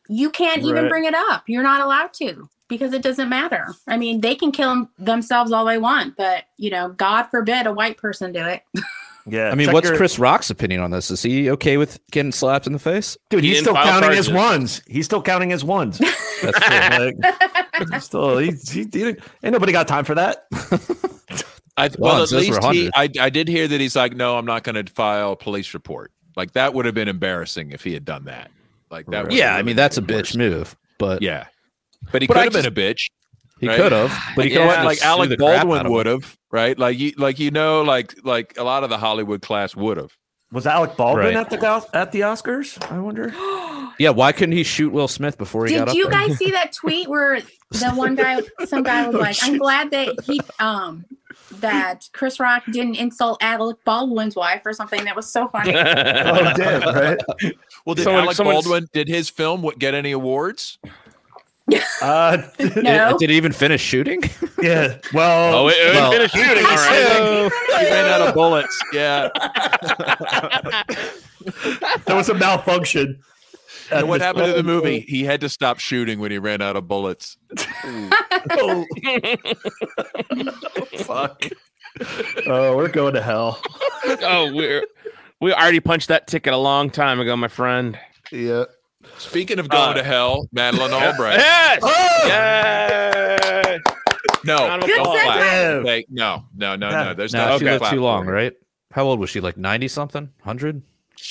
E: You can't even
D: Right.
E: bring it up. You're not allowed to because it doesn't matter. I mean, they can kill 'em- themselves all they want, but you know, God forbid a white person do it.
D: Yeah.
A: I mean,
D: check
A: what's
D: your-
A: Chris Rock's opinion on this? Is he okay with getting slapped in the face?
D: Dude,
B: He
D: he's
B: didn't
D: still
B: file
D: counting his
B: charges.
D: ones. He's still counting his ones.
A: That's true.
D: Like, he's still, he, he, he, ain't nobody got time for that.
C: I, well, at
A: Those were
C: least he,
A: 100.
C: I I did hear that he's like, no, I'm not going to file a police report. Like that would have been embarrassing if he had done that. Like that. would
A: yeah,
C: have
A: I mean
C: really
A: that's a
C: been
A: bitch
C: worse.
A: move, but
C: Yeah, but he
B: But
C: could
B: I
C: have been a bitch.
A: he
C: right?
A: could have. But he could
B: Yeah,
A: have
C: like Alec Baldwin would have, right? Like you, like you know, like like a lot of the Hollywood class would have.
D: Was Alec Baldwin
A: Right.
D: at the Gos- at the Oscars? I wonder.
C: Oh,
A: Yeah, why couldn't he shoot Will Smith before he
E: Did
A: got
E: you
A: up there?
E: guys see that tweet where the one guy, some guy was like, "I'm glad that he, um, that Chris Rock didn't insult Alec Baldwin's wife or something." That was so funny.
D: Oh, damn, right?
C: Well, did
B: Someone-
C: Alec
B: someone's-
C: Baldwin did his film w- get any awards?
D: Uh,
E: No.
A: Did he even finish shooting?
D: yeah. Well,
B: Oh, it, it
A: Well,
B: finished shooting. All right.
A: So-
C: He ran out of bullets. Yeah.
D: there was a malfunction.
C: And what happened to the movie? He had to stop shooting when he ran out of bullets.
D: Oh, fuck. Oh, we're going to hell.
B: Oh, we're we already punched that ticket a long time ago, my friend.
D: Yeah.
C: Speaking of going
B: Uh,
C: to hell, Madeline Albright.
B: Yes.
D: Oh!
B: Yay!
C: No.
B: Round of
E: Good
B: applause.
E: segue.
D: Damn.
C: Okay, No, no, no, no. There's
A: No,
C: not
A: she
C: okay.
A: lived
C: clap
A: too
C: for
A: long,
C: it.
A: right? How old was she? Like ninety something, hundred?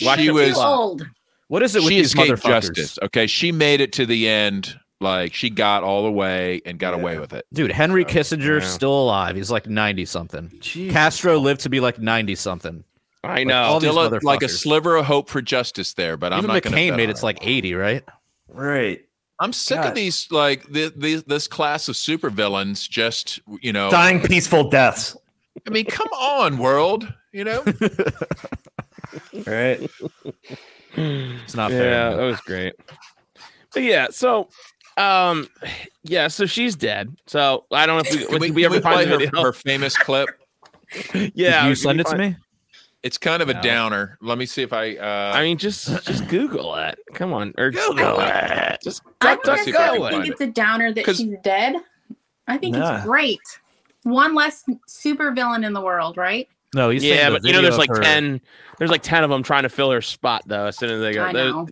C: Why
E: She's
C: she was-
E: too old.
A: What is it with
C: She
A: these
C: escaped
A: motherfuckers?
C: justice. Okay. She made it to the end. Like she got all the way and got away with it.
A: Dude, Henry Kissinger's
B: yeah.
A: still alive. He's like ninety something. Castro lived to be like ninety something.
B: I
A: all
B: know.
A: these
C: Still a, like a
A: motherfuckers.
C: sliver of hope for justice there, but I'm
A: Even
C: not going
A: McCain made it's like eighty, right?
D: Right.
C: I'm sick of
D: God.
C: these like the, these this class of supervillains. Just you know,
D: Dying peaceful deaths.
C: I mean, come on, world. You know,
D: Right.
A: It's not
B: Yeah,
A: fair.
B: that was great. But yeah, so um yeah, so she's dead. So I don't know if we,
C: can we,
B: did we
C: can
B: ever
C: we
B: find
C: play
B: the
C: her,
B: video.
C: her famous clip?
B: yeah,
A: Did you
B: we-
A: send
B: we
A: it to
B: find-
A: me?
C: It's kind of a
B: No.
C: downer. Let me see if I. Uh,
B: I mean, just just Google it. Come on, or
E: Google
B: it. Just
E: I
B: duck,
E: don't
B: duck,
C: see if I
E: necessarily
C: can
B: go.
E: think
C: find
E: it's a downer that
C: 'Cause-
E: she's dead. I think
D: Nah.
E: it's great. One less supervillain in the world, right?
A: No, he's
B: yeah,
A: saying the
B: but you know, there's like
A: video of her-
B: ten. There's like ten of them trying to fill her spot though. As soon as they go,
E: I
B: There's-
E: know.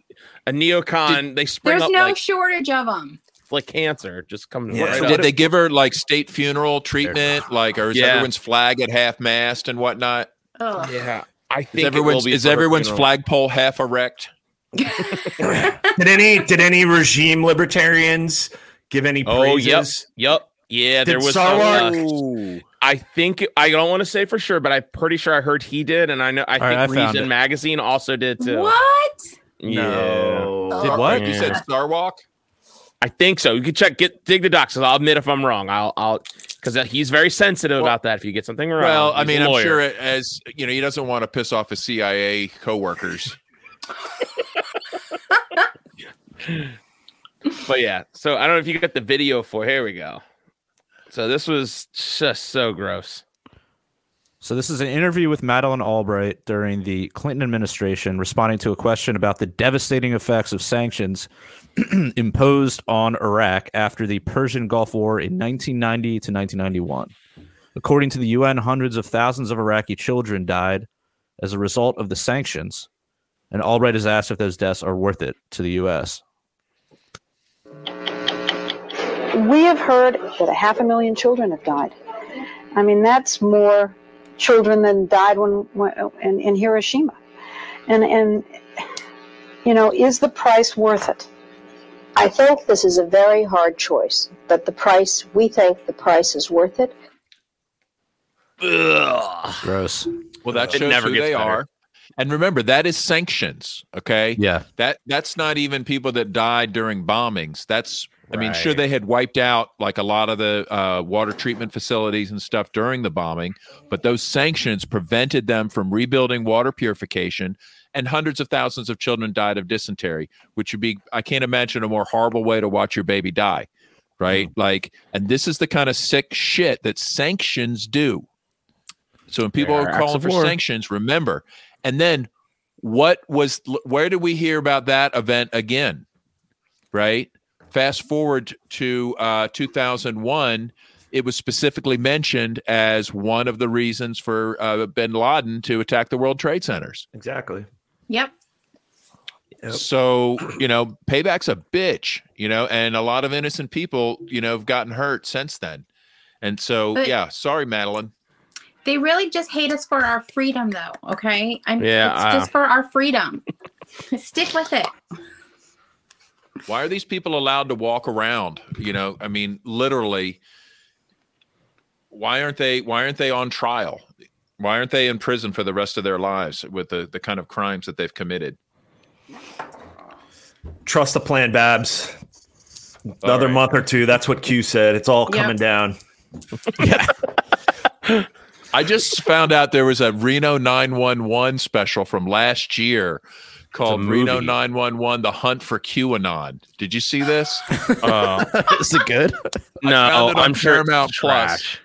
B: a neocon, they spring
E: There's
B: up
E: no
B: like,
E: shortage of them.
B: like cancer. Just come
D: Yeah.
B: right
D: So
B: up.
D: what
C: Did they give her like state funeral treatment? Like, or is
B: Yeah.
C: everyone's flag at half mast and whatnot?
E: Oh,
B: Yeah, I think
C: Is
B: it
C: everyone's
B: will be
C: is
B: for her
C: everyone's
B: funeral.
C: flagpole half erect?
D: Did any did any regime libertarians give any
B: Oh, yep.
D: praises?
B: Yep. Yeah, there
D: Did
B: was.
D: Sarwar-
B: some, uh,
C: Ooh.
B: I think I don't want to say for sure, but I'm pretty sure I heard he did, and I know I
A: right, I
B: think
A: found it.
B: Reason Magazine also did too.
E: what?
B: Yeah.
C: Oh.
A: Did what?
C: You said Starwalk?
B: I think so. You can check, get dig the docs. I'll admit if I'm wrong. I'll, I'll, because he's very sensitive about that. If you get something wrong,
C: Well, I
B: he's a
C: mean, I'm
B: lawyer.
C: sure it, as you know, he doesn't want to piss off his CIA coworkers.
B: But yeah, so I don't know if you got the video for. Here we go. So this was just so gross.
A: So this is an interview with Madeleine Albright during the Clinton administration, responding to a question about the devastating effects of sanctions imposed on Iraq after the Persian Gulf War in 1990 to 1991. According to the UN, hundreds of thousands of Iraqi children died as a result of the sanctions, and Albright is asked if those deaths are worth it to the U.S.
G: We have heard that a half a million children have died. I mean, that's more children than died when, when in, in Hiroshima. And and you know, is the price worth it? I think this is a very hard choice, but the price we think the price is worth it.
B: Ugh.
A: Gross.
C: Well, that
B: It
C: shows
B: never
C: who
B: gets
C: they
B: better.
C: are. And remember, that is sanctions. Okay.
A: Yeah.
C: That that's not even people that died during bombings. That's I mean, sure
B: Right.
C: they had wiped out like a lot of the uh, water treatment facilities and stuff during the bombing, but those sanctions prevented them from rebuilding water purification, and hundreds of thousands of children died of dysentery, which would be I can't imagine a more horrible way to watch your baby die, right?
B: Hmm.
C: Like, and this is the kind of sick shit that sanctions do. So when people
B: They
C: are,
B: are acts
C: calling
B: of
C: for
B: war.
C: sanctions, remember. And then what was where did we hear about that event again? Right? Fast forward to uh 2001, it was specifically mentioned as one of the reasons for uh, bin Laden to attack the World Trade Centers.
D: Exactly.
E: Yep.
D: Yep.
C: So, you know, payback's a bitch, you know, and a lot of innocent people, you know, have gotten hurt since then. And so,
E: But-
C: yeah, sorry, Madeline.
E: They really just hate us for our freedom, though. Okay. I'm,
B: Yeah,
E: It's
B: I-
E: just for our freedom. Stick with it.
C: why are these people allowed to walk around you know i mean literally why aren't they why aren't they on trial why aren't they in prison for the rest of their lives with the, the kind of crimes that they've committed
D: Trust the plan, Babs.
C: All
D: Another
C: right.
D: month or two. That's what Q said. It's all
E: Yep.
D: coming down.
C: i just found out there was a reno 911 special from last year called reno
B: movie.
C: 911 the hunt for qanon did you see this
D: Uh,
B: Oh
A: is it good?
B: no,
C: found it on
B: I'm sure Paramount
C: Paramount Plus.
B: trash.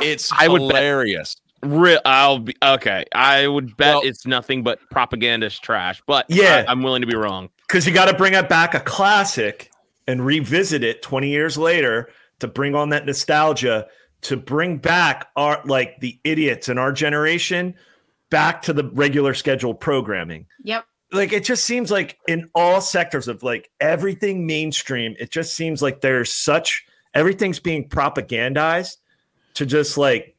C: it's
B: I would bet-
C: hilarious
B: Real, I'll be okay. I would bet
C: Well-
B: it's nothing but propagandist trash. But
D: Yeah.
B: I, am willing to be wrong.
D: Because you got to bring it back a classic and revisit it 20 years later to bring on that nostalgia, to bring back our like the idiots in our generation back to the regular scheduled programming.
E: Yep.
D: Like it just seems like in all sectors of like everything mainstream, it just seems like there's such everything's being propagandized to just like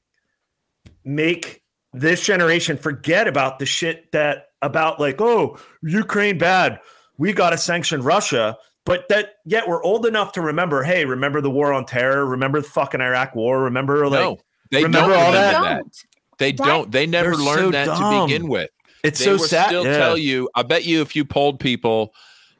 D: make this generation forget about the shit that about like oh Ukraine bad we got to sanction Russia but that yet we're old enough to remember hey remember the war on terror remember the fucking Iraq war remember like
C: no they don't
D: remember
C: remember
D: all
E: They
D: that?
C: that
E: don't.
C: they
E: That-
C: don't they never
D: They're
C: learned
D: so
C: that
D: dumb.
C: to begin with
D: it's
C: they
D: so
C: will
D: sad
C: still
D: Yeah.
C: tell you. I bet you, if you polled people,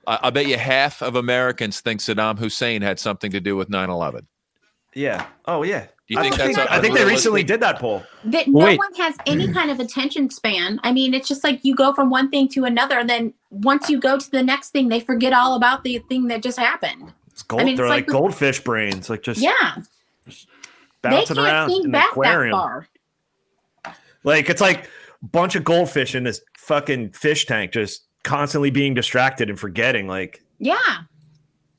C: I I bet you half of Americans think Saddam Hussein had something to do with 9/11. Do
D: yeah oh yeah
C: you
E: I
C: think
E: don't think-
C: that's? a-
D: I think they
C: realistic-
D: recently did that poll
E: That no
A: Wait.
E: one has any kind of attention span. I mean, it's just like you go from one thing to another, and then once you go to the next thing, they forget all about the thing that just happened.
D: it's gold
E: I mean, it's
D: they're
E: like
D: like,
E: the-
D: goldfish brains like just
E: Yeah.
D: bouncing
E: they can't
D: around
E: think
D: in the
E: back
D: aquarium
E: that far.
D: Like it's like a bunch of goldfish in this fucking fish tank, just constantly being distracted and forgetting. Like,
E: Yeah.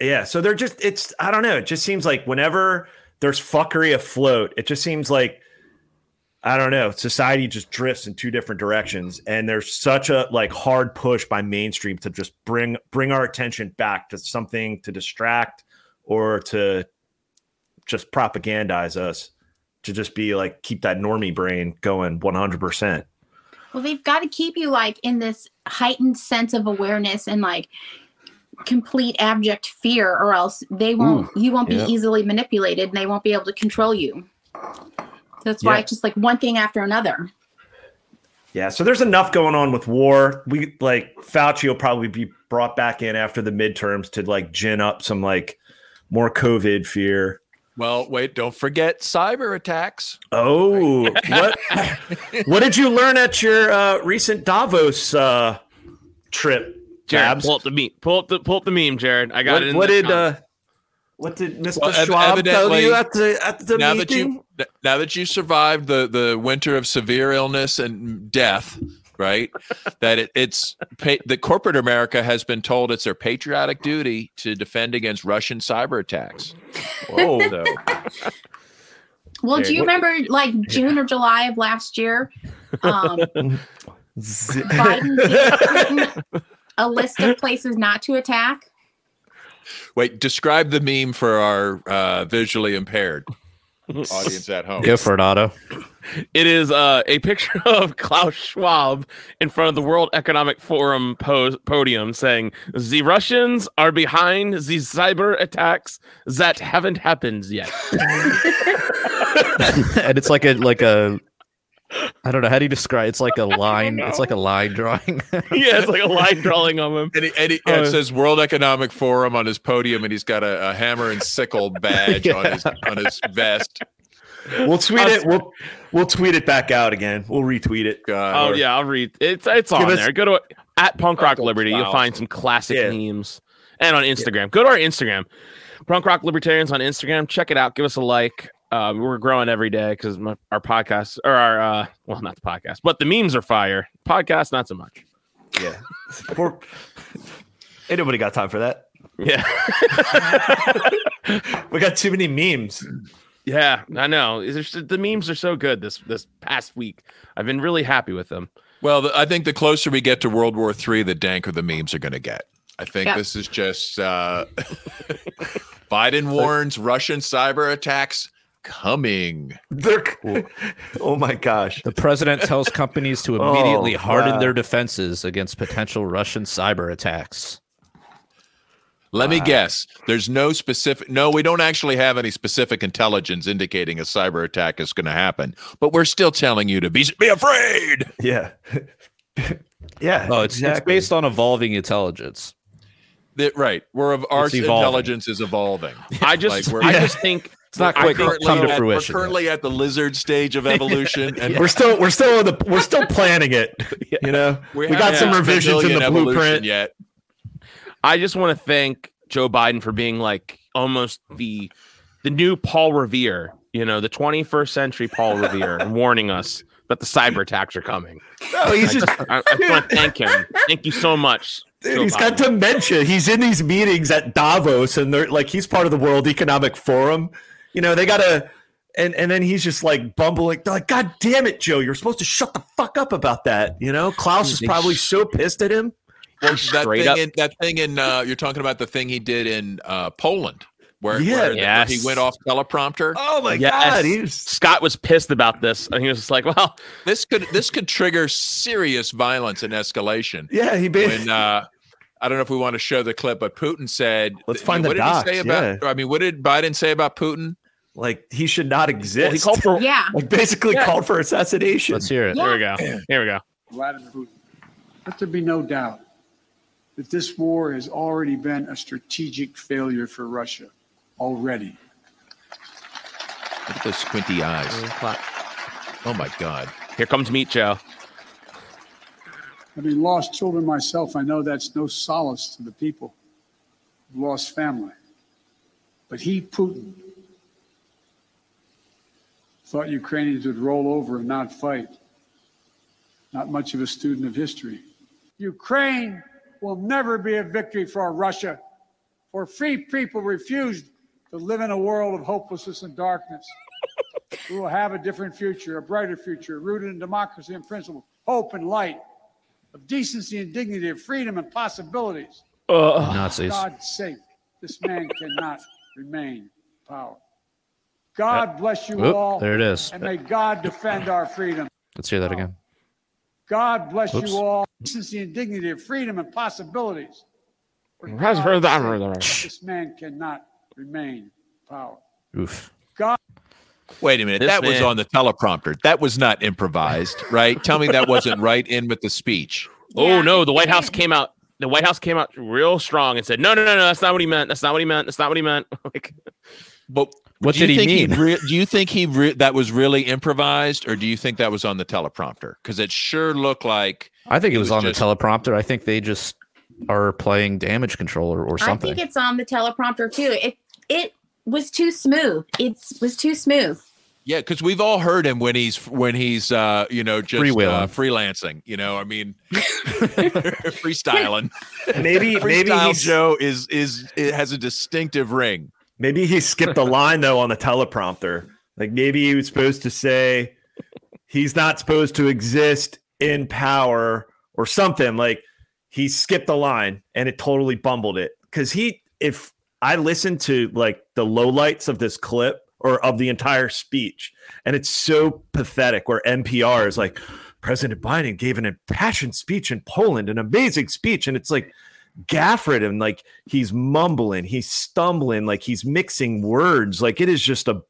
D: yeah. So they're just it's I don't know. It just seems like whenever there's fuckery afloat, it just seems like I don't know. Society just drifts in two different directions, and there's such a like hard push by mainstream to just bring bring our attention back to something to distract or to just propagandize us to just be like keep that normie brain going 100. percent
E: Well, they've got to keep you like in this heightened sense of awareness and like complete abject fear, or else they won't. you won't be
C: yeah.
E: easily manipulated, and they won't be able to control you. That's why
D: Yeah.
E: it's just like one thing after another.
D: Yeah, so there's enough going on with war. We like Fauci will probably be brought back in after the midterms to like gin up some like more COVID fear.
C: Well, wait, don't forget cyber attacks.
D: Oh, what what did you learn at your uh, recent Davos uh, trip?
B: Jared,
D: Babs?
B: pull up the meme. Pull up the pull up the meme, Jared. I got
D: what,
B: it. In
D: what
B: the
D: did
B: comments.
D: uh, what did Mr.
C: Well, ev-
D: Schwab tell
C: evidently-
D: you at the at the
C: now that
D: meeting?
C: you th- now that you survived the the winter of severe illness and death right that it, it's pa- the corporate america has been told it's their patriotic duty to defend against russian cyber attacks
D: uh, Whoa.
C: so
E: Well,
B: There
E: do you
B: you go.
E: remember like June or July of last year? Um,
D: Z-
E: Biden gave Putin a list of places not to attack.
C: wait describe the meme for our uh, visually impaired audience at home
A: Go for it, Otto.
B: It is uh, a picture of Klaus Schwab in front of the World Economic Forum po- podium saying, The Russians are behind the cyber attacks that haven't happened yet.
A: and it's like a like a I don't know how do you describe it's like a line it's like a line drawing.
B: yeah, it's like a line drawing on him.
C: and, he, and he- yeah, it
B: Oh.
C: says World Economic Forum on his podium, and he's got a, a hammer and sickle badge on his on his vest.
D: we'll tweet it. We'll we'll tweet it back out again. We'll retweet it.
C: God,
B: Oh, yeah, I'll read. It's, it's on
D: us-
B: there. Go to at Punk Rock
C: Uncle
B: Liberty. You'll
C: Klaus.
B: find some classic
D: Yeah.
B: memes. And on Instagram. Go to our Instagram. Punk Rock Libertarians on Instagram. Check it out. Give us a like. Uh, we're growing every day because our podcast or our uh, well, not the podcast, but the memes are fire. Podcast, not so much.
D: Yeah. We're- Ain't nobody got time for that.
B: Yeah,
D: We got too many memes.
B: yeah, I know. Is there- The memes are so good this this past week. I've been really happy with them.
C: Well, the, I think the closer we get to World War III, the danker the memes are going to get. I think
E: Yeah.
C: this is just uh, Biden warns Russian cyber attacks coming.
D: They're, oh my gosh.
A: The president tells companies to immediately
D: Oh,
A: harden
D: wow.
A: their defenses against potential Russian cyber attacks.
C: Let me guess. There's no specific. No, we don't actually have any specific intelligence indicating a cyber attack is going to happen. But we're still telling you to be be afraid.
D: Yeah. yeah.
A: Oh, it's it's
D: exactly.
A: based on evolving intelligence.
C: That, right. We're of our
A: evolving.
C: intelligence is evolving.
B: I just,
C: Like, we're-
B: I just think
A: It's not
B: I
A: quite
B: think-
A: come to
C: at,
A: fruition.
C: We're currently at the lizard stage of evolution, and
D: We're still we're still in the we're still planning it. You know, we, got
C: haven't
D: some
C: reached
D: revisions in
C: mammalian
D: the
C: evolution
D: blueprint.
C: yet.
B: I just want to thank Joe Biden for being like almost the the new Paul Revere, you know, the 21st century Paul Revere, and warning us that the cyber attacks are coming.
D: No, he's just
B: I, I want to thank him. Thank you so much.
D: dude,
B: Joe
D: he's got
B: Biden.
D: dementia. He's in these meetings at Davos, and they're like he's part of the World Economic Forum. You know, they gotta. And, and then he's just like bumbling, They're like, God damn it, Joe, you're supposed to shut the fuck up about that. You know, Klaus is probably so pissed at him.
C: Well, that
B: Straight
C: thing
B: up.
C: in that thing in uh, you're talking about the thing he did in uh, Poland where,
D: Yeah.
C: where the- where
B: Yes.
C: he went off teleprompter.
D: Oh my
B: Yes.
D: God. He's,
B: Scott was pissed about this, and he was just like, "Well,
C: This could this could trigger serious violence and escalation.
D: yeah, he basically.
C: When uh, I don't know if we want to show the clip, but Putin said,
D: Let's find the
C: what
D: docs,
C: did he say about? I mean, what did Biden say about Putin?
D: Like he should not exist.
B: well, he called for."
E: Yeah.
D: like basically
B: Yeah.
D: called for assassination.
A: Let's hear it.
E: Yeah.
B: Here we go. Here we go.
I: Vladimir Putin. Let there be no doubt that this war has already been a strategic failure for Russia. Already.
C: Look at those squinty eyes. Oh my God!
B: Here comes Meat Joe.
I: Having lost children myself, I know that's no solace to the people who lost family. But he, Putin, thought Ukrainians would roll over and not fight. Not much of a student of history. Ukraine will never be a victory for Russia, for free people refused to live in a world of hopelessness and darkness. We will have a different future, a brighter future, rooted in democracy and principle, hope and light, of decency and dignity, of freedom and possibilities.
A: Nazis.
E: Oh,
I: God's sake, this man cannot remain in power. God bless you
A: Oop,
I: all.
A: Uh, there it is.
I: And may God defend our freedom.
A: Let's hear that again.
I: God bless
A: Oops.
I: you all. Decency and dignity, of freedom and possibilities. For
B: Has
I: God's
B: heard that-
I: sake,
B: heard that.
I: This man cannot remain in power.
A: Oof.
I: God
C: Wait a minute.
B: This
C: that was
B: man-
C: on the teleprompter. That was not improvised, right? Tell me that wasn't right in with the speech.
B: Oh
E: Yeah,
B: no,
E: it's
B: the White House
E: big.
B: came out. The White House came out real strong and said, "No, no, no, no, that's not what he meant. That's not what he meant. That's not what he meant." like,
C: But
A: What
C: do you
A: did he
C: think
A: mean?
C: re- do you think he re- that was really improvised, or do you think that was on the teleprompter? Because it sure looked like
A: I think it was,
C: was
A: on
C: just-
A: the teleprompter. I think they just are playing damage control or, or
E: I
A: something.
E: think it's on the teleprompter too. It it was too smooth. It was too smooth.
C: Yeah, because we've all heard him when he's when he's uh, you know just uh,
A: Freewheeling.
C: freelancing. You know, I mean, freestyling.
D: Maybe maybe
C: Freestyle
D: he's,
C: Joe is is it has a distinctive ring.
D: maybe he skipped a line though on the teleprompter. Like maybe he was supposed to say he's not supposed to exist in power or something. Like he skipped a line and it totally bumbled it. Cause he if I listened to like the lowlights of this clip or of the entire speech, and it's so pathetic where NPR is like President Biden gave an impassioned speech in Poland, an amazing speech. And it's like Gafford and like he's mumbling, he's stumbling, like he's mixing words. Like it is just a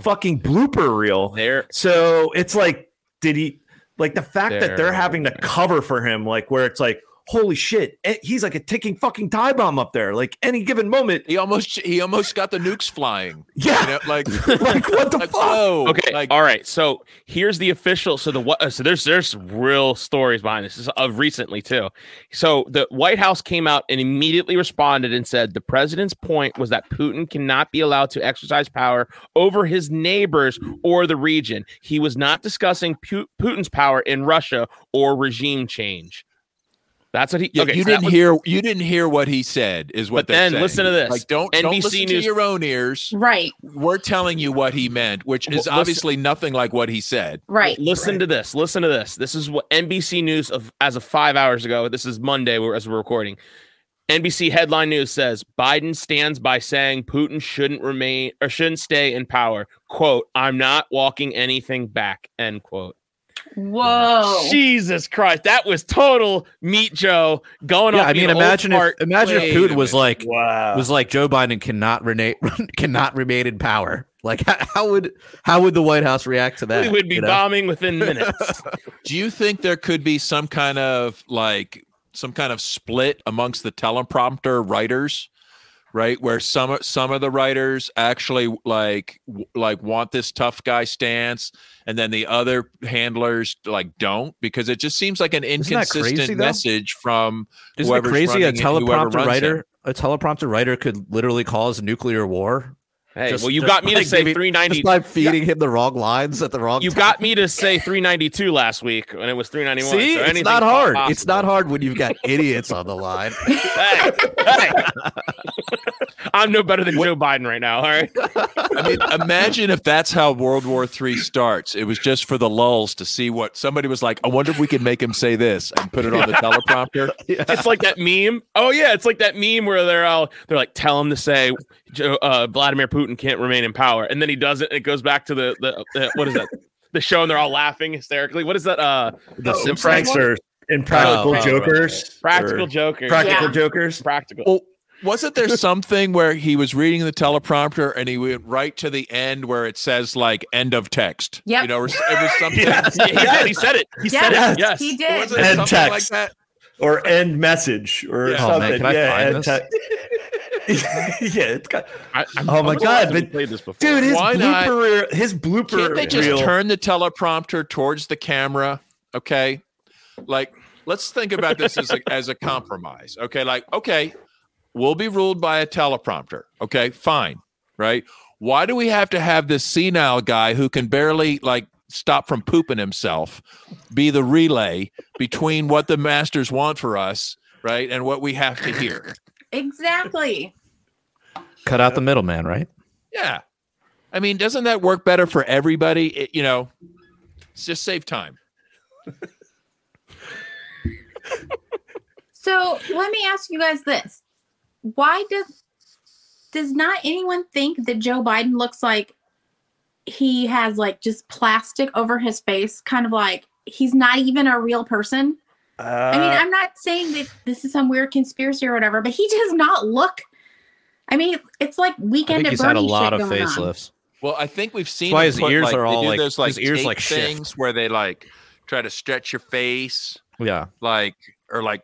D: fucking blooper reel.
B: there,
D: So it's like, did he like the fact that
B: There.
D: they're having to cover for him, like where it's like, holy shit, eh, he's like a ticking fucking time bomb up there. Like any given moment,
C: He almost he almost got the nukes flying. You
D: yeah,
C: know, like
D: like what the
C: like
D: fuck?
C: whoa.
B: okay,
C: Oh, Like,
B: all right. So here's the official. So the what? So there's there's real stories behind this, this is of recently too. So the White House came out and immediately responded and said the president's point was that Putin cannot be allowed to exercise power over his neighbors or the region. He was not discussing Pu- Putin's power in Russia or regime change. That's what he.
C: yeah,
B: okay,
C: you
B: so that
C: didn't
B: was-
C: hear you didn't hear what he said is
B: But
C: what. they're
B: then
C: saying.
B: listen to this.
C: Like don't don't
B: NBC
C: listen
B: News-
C: to your own ears.
E: Right,
C: We're telling you what he meant, which
B: Well,
C: is
B: listen-
C: obviously nothing like what he said.
E: right.
B: Listen to this. Listen to this. This is what NBC News of as of five hours ago. This is Monday we're- as we're recording. NBC headline news says Biden stands by saying Putin shouldn't remain or shouldn't stay in power. Quote, I'm not walking anything back. End quote.
E: Whoa.
B: Jesus Christ. That was total meat Joe going
A: yeah,
B: off.
A: I mean,
B: being old
A: imagine if
B: fart.
A: imagine if
C: Wait a
A: Putin was
C: minute.
A: like
D: Wow.
A: was like Joe Biden cannot rena- cannot remain in power. Like how, how would how would the White House react to that?
B: we would be
A: you know?
B: bombing within minutes.
C: Do you think there could be some kind of like some kind of split amongst the teleprompter writers, right? Where some some of the writers actually like w- like want this tough guy stance, and then the other handlers like don't because it just seems like an
A: Isn't that crazy,
C: inconsistent
A: though?
C: message from
A: Isn't it
C: whoever's
A: crazy a
C: running it, whoever
A: teleprompter
C: runs it.
A: writer a teleprompter writer could literally cause nuclear war?
B: hey,
A: Just-
B: well, you
A: just
B: got me
A: by
B: to say
A: giving- Just
B: 390.
A: by feeding him the wrong lines at the wrong
B: You
A: time.
B: got me to say 392 last week, and it was 391.
A: See,
B: so
A: it's
B: anything's
A: not hard. It's
B: possible.
A: not hard when you've got idiots on the line.
B: hey, hey. I'm no better than Joe Biden right now. All right.
C: I mean, imagine if that's how World War III starts. It was just for the lulls to see what somebody was like. I wonder if we could make him say this and put it on the teleprompter.
B: It's like that meme. Oh yeah, it's like that meme where they're all they're like, tell him to say Joe, uh, Vladimir Putin can't remain in power, and then he does it. And it goes back to the the, the what is that? The show, and they're all laughing hysterically. What is that? Uh,
D: the
B: Oh,
D: Simpsons pranksters and practical
A: Oh, right,
D: jokers.
B: practical
D: or
B: jokers.
D: practical Oh,
E: Yeah.
D: jokers.
B: Practical.
C: Well, wasn't there something where he was reading the teleprompter and he went right to the end where it says like end of text?
E: Yep.
C: You know, or s- it was something.
D: Yes.
B: Yeah, he, did, he said it. He
E: Yes,
B: said it.
D: Yes.
B: Yes.
E: He did.
C: Wasn't it
D: End
C: something like
D: text.
C: that?
D: or end message or
C: Yeah.
A: Oh, man,
D: something.
A: can I
D: yeah,
A: find
D: end te- yeah, it's got
B: I, I'm-
D: Oh my
B: I'm surprised
D: God,
B: we
D: but-
B: played this before.
D: dude. His
C: Why not?
D: blooper, reel- his blooper
C: Can't they just
D: reel.
C: turn the teleprompter towards the camera? Okay. Like, let's think about this as a, as a compromise. Okay. Like, okay, we'll be ruled by a teleprompter. Okay. Fine. Right. Why do we have to have this senile guy who can barely like stop from pooping himself be the relay between what the masters want for us? Right. And what we have to hear.
E: Exactly.
A: Cut out the middleman, right?
C: Yeah. I mean, doesn't that work better for everybody? It- you know, it's just save time.
E: So let me ask you guys this: Why does does not anyone think that Joe Biden looks like he has like just plastic over his face, kind of like he's not even a real person?
D: Uh,
E: I mean, I'm not saying that this is some weird conspiracy or whatever, but he does not look. I mean, it's like
A: I
E: weekend
A: think
E: at
A: he's had a
E: Bernie's
A: lot
E: shit
A: of
E: going on.
A: facelifts.
C: Well, I think we've seen
A: That's why his
C: him
A: ears are
C: they
A: all,
C: do
A: like-
C: those like
A: his ears,
C: tape
A: like, shift.
C: things where they like try to stretch your face,
A: Yeah.
C: like or like.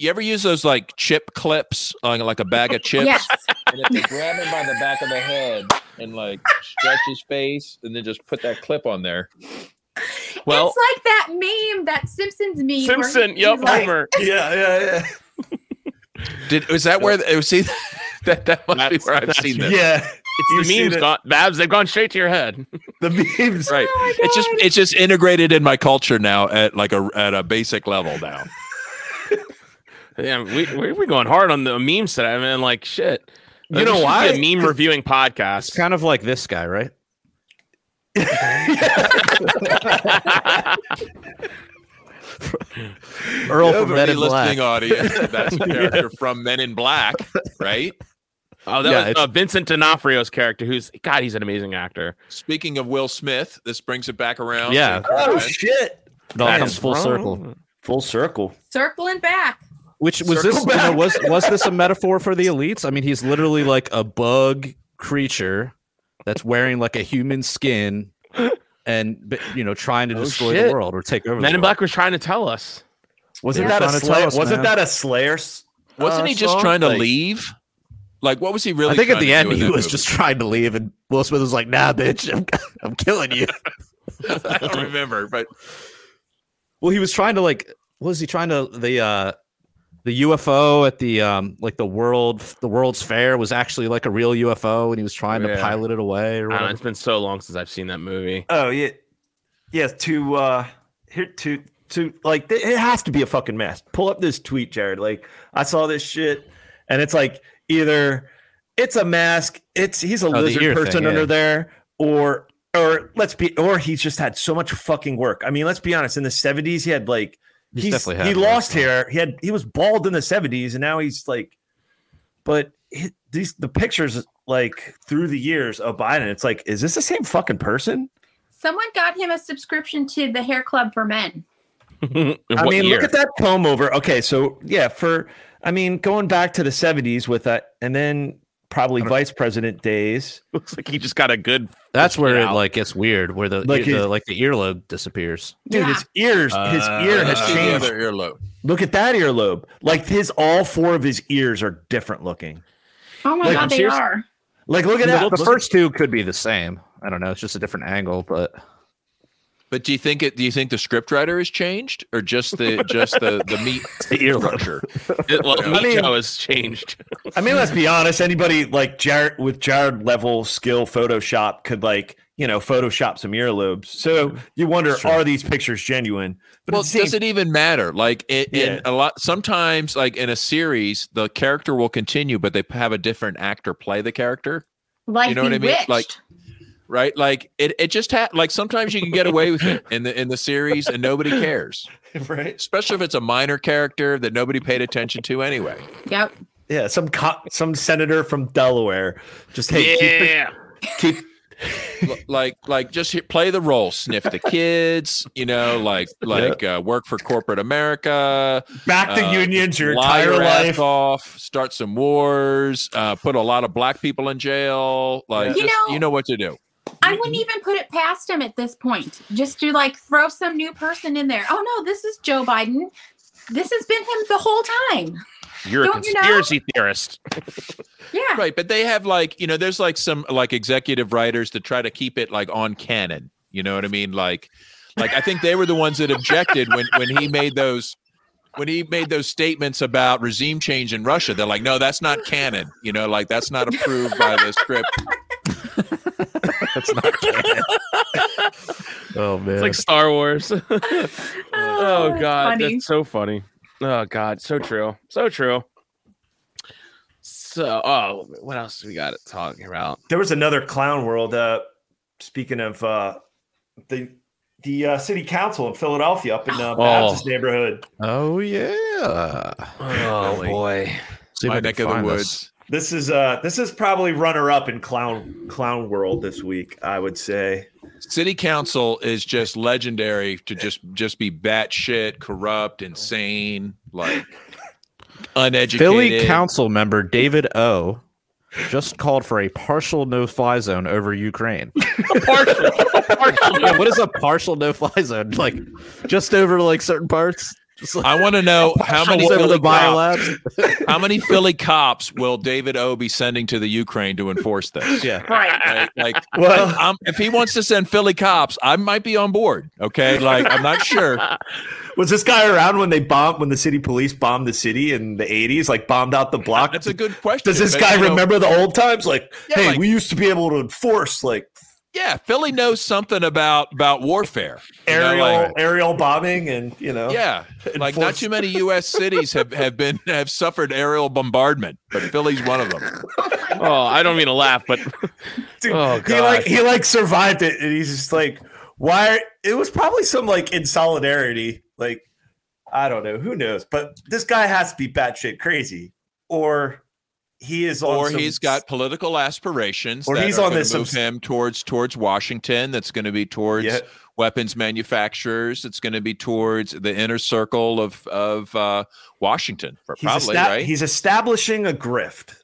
C: You ever use those like chip clips on like a bag of chips?
E: Yes,
C: And if they grab him by the back of the head and like stretch his face and then just put that clip on there. Well,
E: it's like that meme, that Simpsons meme. where
B: Simpson,
E: he's
B: yep,
E: like-
B: Homer.
D: yeah, yeah, yeah.
C: did is that where it was see that that must be
B: That's-
C: where I've
B: that's-
C: seen this.
D: Yeah, You've
B: It's the
D: seen
B: memes,
D: it.
B: gone, Babs. They've gone straight to your head.
D: the memes.
C: Right.
E: Oh my
C: it's just
E: God.
C: it's just integrated in my culture now at like a at a basic level now.
B: Yeah, we we we going hard on the memes today. I mean, like shit.
A: You know
B: This should be
A: why?
B: A meme reviewing
A: It's
B: podcast.
A: kind of like this guy, right? Earl from Men
C: Everybody
A: in Black.
C: listening audience, that's a character from Men in Black, right?
B: oh, that
A: Yeah,
B: was
A: it's-
B: uh, Vincent D'Onofrio's character. Who's God? He's an amazing actor.
C: Speaking of Will Smith, this brings it back around.
A: Yeah.
D: Oh shit!
A: It all
B: That
A: comes
B: is
A: full
B: wrong.
A: circle.
D: Full circle.
E: circling back.
A: Which was
C: Circle
A: this? you know, was was this a metaphor for the elites? I mean, he's literally like a bug creature that's wearing like a human skin and but, you know trying to
B: Oh,
A: destroy
B: shit.
A: the world or take over.
B: Men
A: the
B: in
A: world.
B: Black was trying to tell us.
D: Wasn't
E: Yeah.
D: that a
A: Trying to
D: slayer?
A: tell us,
D: Wasn't
A: man.
D: that a slayer? s-
C: Wasn't
D: uh,
C: he just
D: song?
C: trying to
D: Like,
C: leave? Like what was he really
A: I think at
C: trying
A: the
C: to
A: end
C: do in
A: he
C: that
A: was
C: movie?
A: just trying to leave, and Will Smith was like, "Nah, bitch, I'm, I'm killing you."
C: I don't remember, but
A: Well, he was trying to like, what was he trying to the uh the UFO at the um like the world the World's Fair was actually like a real UFO, and he was trying to
B: Yeah.
A: pilot it
B: I
A: away or
C: Uh,
B: don't know,
A: whatever.
B: it's been so long since I've seen that movie.
D: Oh yeah, yeah. To uh, here to to like th- it has to be a fucking mess. Pull up this tweet, Jared. Like I saw this shit, and it's like either it's a mask, it's he's a
A: Oh, the ear
D: lizard
A: thing,
D: person
A: yeah.
D: under there, or or let's be or he's just had so much fucking work. I mean, let's be honest. In the seventies, he had like
A: He's
D: he's,
A: definitely had
D: he
A: work,
D: lost
A: yeah.
D: hair. He had he was bald in the seventies, and now he's like, but. he- these the pictures like through the years of Biden, it's like, is this the same fucking person?
E: Someone got him a subscription to the Hair Club for Men.
D: I mean, look at that comb over. Okay, so yeah, for I mean, going back to the '70s with that, and then probably vice president days.
B: Looks like he just got a good.
A: That's where
B: Get
A: it
B: out.
A: like gets weird, where the
D: Like
A: the-
D: his-
A: like the earlobe disappears.
D: Dude, his ears, his ear has
C: Uh, Let's see the
D: changed.
C: other earlobe.
D: Look at that earlobe. Like his, all four of his ears are different looking.
E: Oh my
D: Like,
E: god,
D: I'm
E: they
D: serious-
E: are.
D: Like look at that.
A: the
D: Look-
A: first two could be the same. I don't know. It's just a different angle, but
C: But do you think it? Do you think the scriptwriter has changed, or just the just the the meat structure?
B: It, well,
C: I
B: Meat
D: mean-
B: Joe has changed.
D: I mean, let's be honest. Anybody like Jared with Jared level skill Photoshop could like you know Photoshop some earlobes. So
C: Mm-hmm.
D: you wonder, are these pictures genuine? But
C: well,
D: it seems-
C: does it even matter? Like it,
D: Yeah.
C: in a lot, sometimes like in a series, the character will continue, but they have a different actor play the character,
E: Like
C: You know what I mean?
E: Bewitched.
C: Like- right? Like it, it just ha- like sometimes you can get away with it in the in the series, and nobody cares,
D: right?
C: especially if it's a minor character that nobody paid attention to anyway.
E: yep.
D: Yeah, some co- some senator from Delaware. Just hey, keep
B: yeah.
D: keep, keep
C: L- like like just hit- play the role, sniff the kids, you know, like like uh, work for corporate America.
D: back the
C: Uh,
D: unions your
C: lie
D: entire
C: ass
D: life.
C: off, start some wars, uh, put a lot of black people in jail. Like
E: You
C: just-
E: know-
C: you know what to do.
E: I wouldn't even put it past him at this point. Just to like throw some new person in there. Oh no, this is Joe Biden. This has been him the whole time.
B: You're a
E: Don't you know?
B: conspiracy theorist.
E: Yeah.
C: Right, but they have like you know, there's like some like executive writers that try to keep it like on canon. You know what I mean? Like, like I think they were the ones that objected when when he made those when he made those statements about regime change in Russia. They're like, no, that's not canon. You know, like that's not approved by the script.
A: that's not. oh man,
B: It's like Star Wars. Oh
E: that's
B: god,
E: funny.
B: that's so funny. Oh god, so true, so true. So, oh, what else we got talking about?
D: There was another clown world. Uh, speaking of uh, the the uh, city council in Philadelphia, up in
C: Oh.
D: uh, Baptist neighborhood.
A: Oh yeah.
B: Oh boy.
A: See
C: my
A: can
C: neck of the
A: find this.
C: woods.
D: This is uh, this is probably runner up in clown clown world this week. I would say.
C: City council is just legendary to just just be batshit, corrupt, insane, like uneducated.
A: Philly council member David O. Just called for a partial no-fly zone over Ukraine. Yeah, what is a partial no-fly zone? Like, just over like certain parts. Just like,
C: I want to know how many
A: just over
C: Philly
A: the
C: cops,
A: biolabs.
C: how many Philly cops will David O be sending to the Ukraine to enforce this?
A: Yeah.
E: Right.
C: Right? Like,
D: Well-
C: I'm, if he wants to send Philly cops, I might be on board. Okay, like I'm not sure.
D: Was this guy around when they bombed when the city police bombed the city in the eighties? Like bombed out the block.
C: That's a good question.
D: Does this
C: but,
D: guy
C: you know,
D: remember the old times? Like,
C: Yeah,
D: hey,
C: like-
D: we used to be able to enforce like
C: Yeah, Philly knows something about about warfare. You know,
D: aerial
C: like-
D: aerial bombing and you know.
C: yeah, like not
D: enforce-
C: too many U.S. cities have have been have suffered aerial bombardment, but Philly's one of them.
B: Oh, I don't mean to laugh, but
D: Dude,
B: Oh,
D: he
B: God.
D: like he like survived it, and he's just like, why? It was probably some like in solidarity, like I don't know, who knows? But this guy has to be batshit crazy, or he is, on
C: Or
D: some-
C: he's got political aspirations.
D: Or
C: that
D: he's
C: are
D: on
C: gonna
D: this
C: move
D: obs-
C: him towards towards Washington. That's going to be towards
D: Yeah.
C: weapons manufacturers. It's going to be towards the inner circle of of uh, Washington.
D: he's,
C: Probably
D: esta-
C: right.
D: he's establishing a grift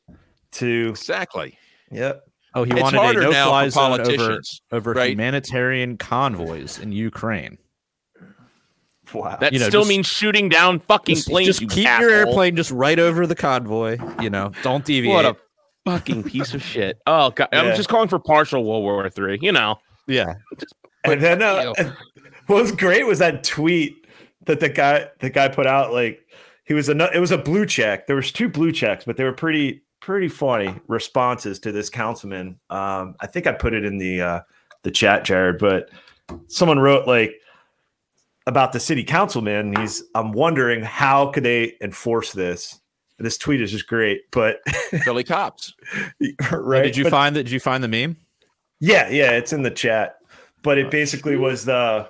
D: to
C: exactly.
D: yep.
A: Oh, he
C: It's
A: wanted a
C: harder now for
A: no-fly zone over,
C: politicians,
A: over
C: right?
A: humanitarian convoys in Ukraine.
D: Wow.
B: that
A: You know,
B: still
A: just-
B: means shooting down fucking
A: Just,
B: planes.
A: just
B: you
A: keep
B: asshole.
A: your airplane just right over the convoy. You know, don't deviate.
B: What a fucking piece of shit. Oh god,
D: Yeah.
B: I'm just calling for partial World War Three. You know,
A: yeah.
D: and then uh, what was great was that tweet that the guy the guy put out like he was a nu- it was a blue check there was two blue checks but they were pretty pretty funny responses to this councilman um i think i put it in the uh the chat jared but someone wrote like about the city councilman he's i'm wondering how could they enforce this this tweet is just great but
C: Philly cops.
D: right
A: Did you
D: but-
A: find that? Did you find the meme?
D: yeah, yeah, it's in the chat. But
A: Oh,
D: it basically was the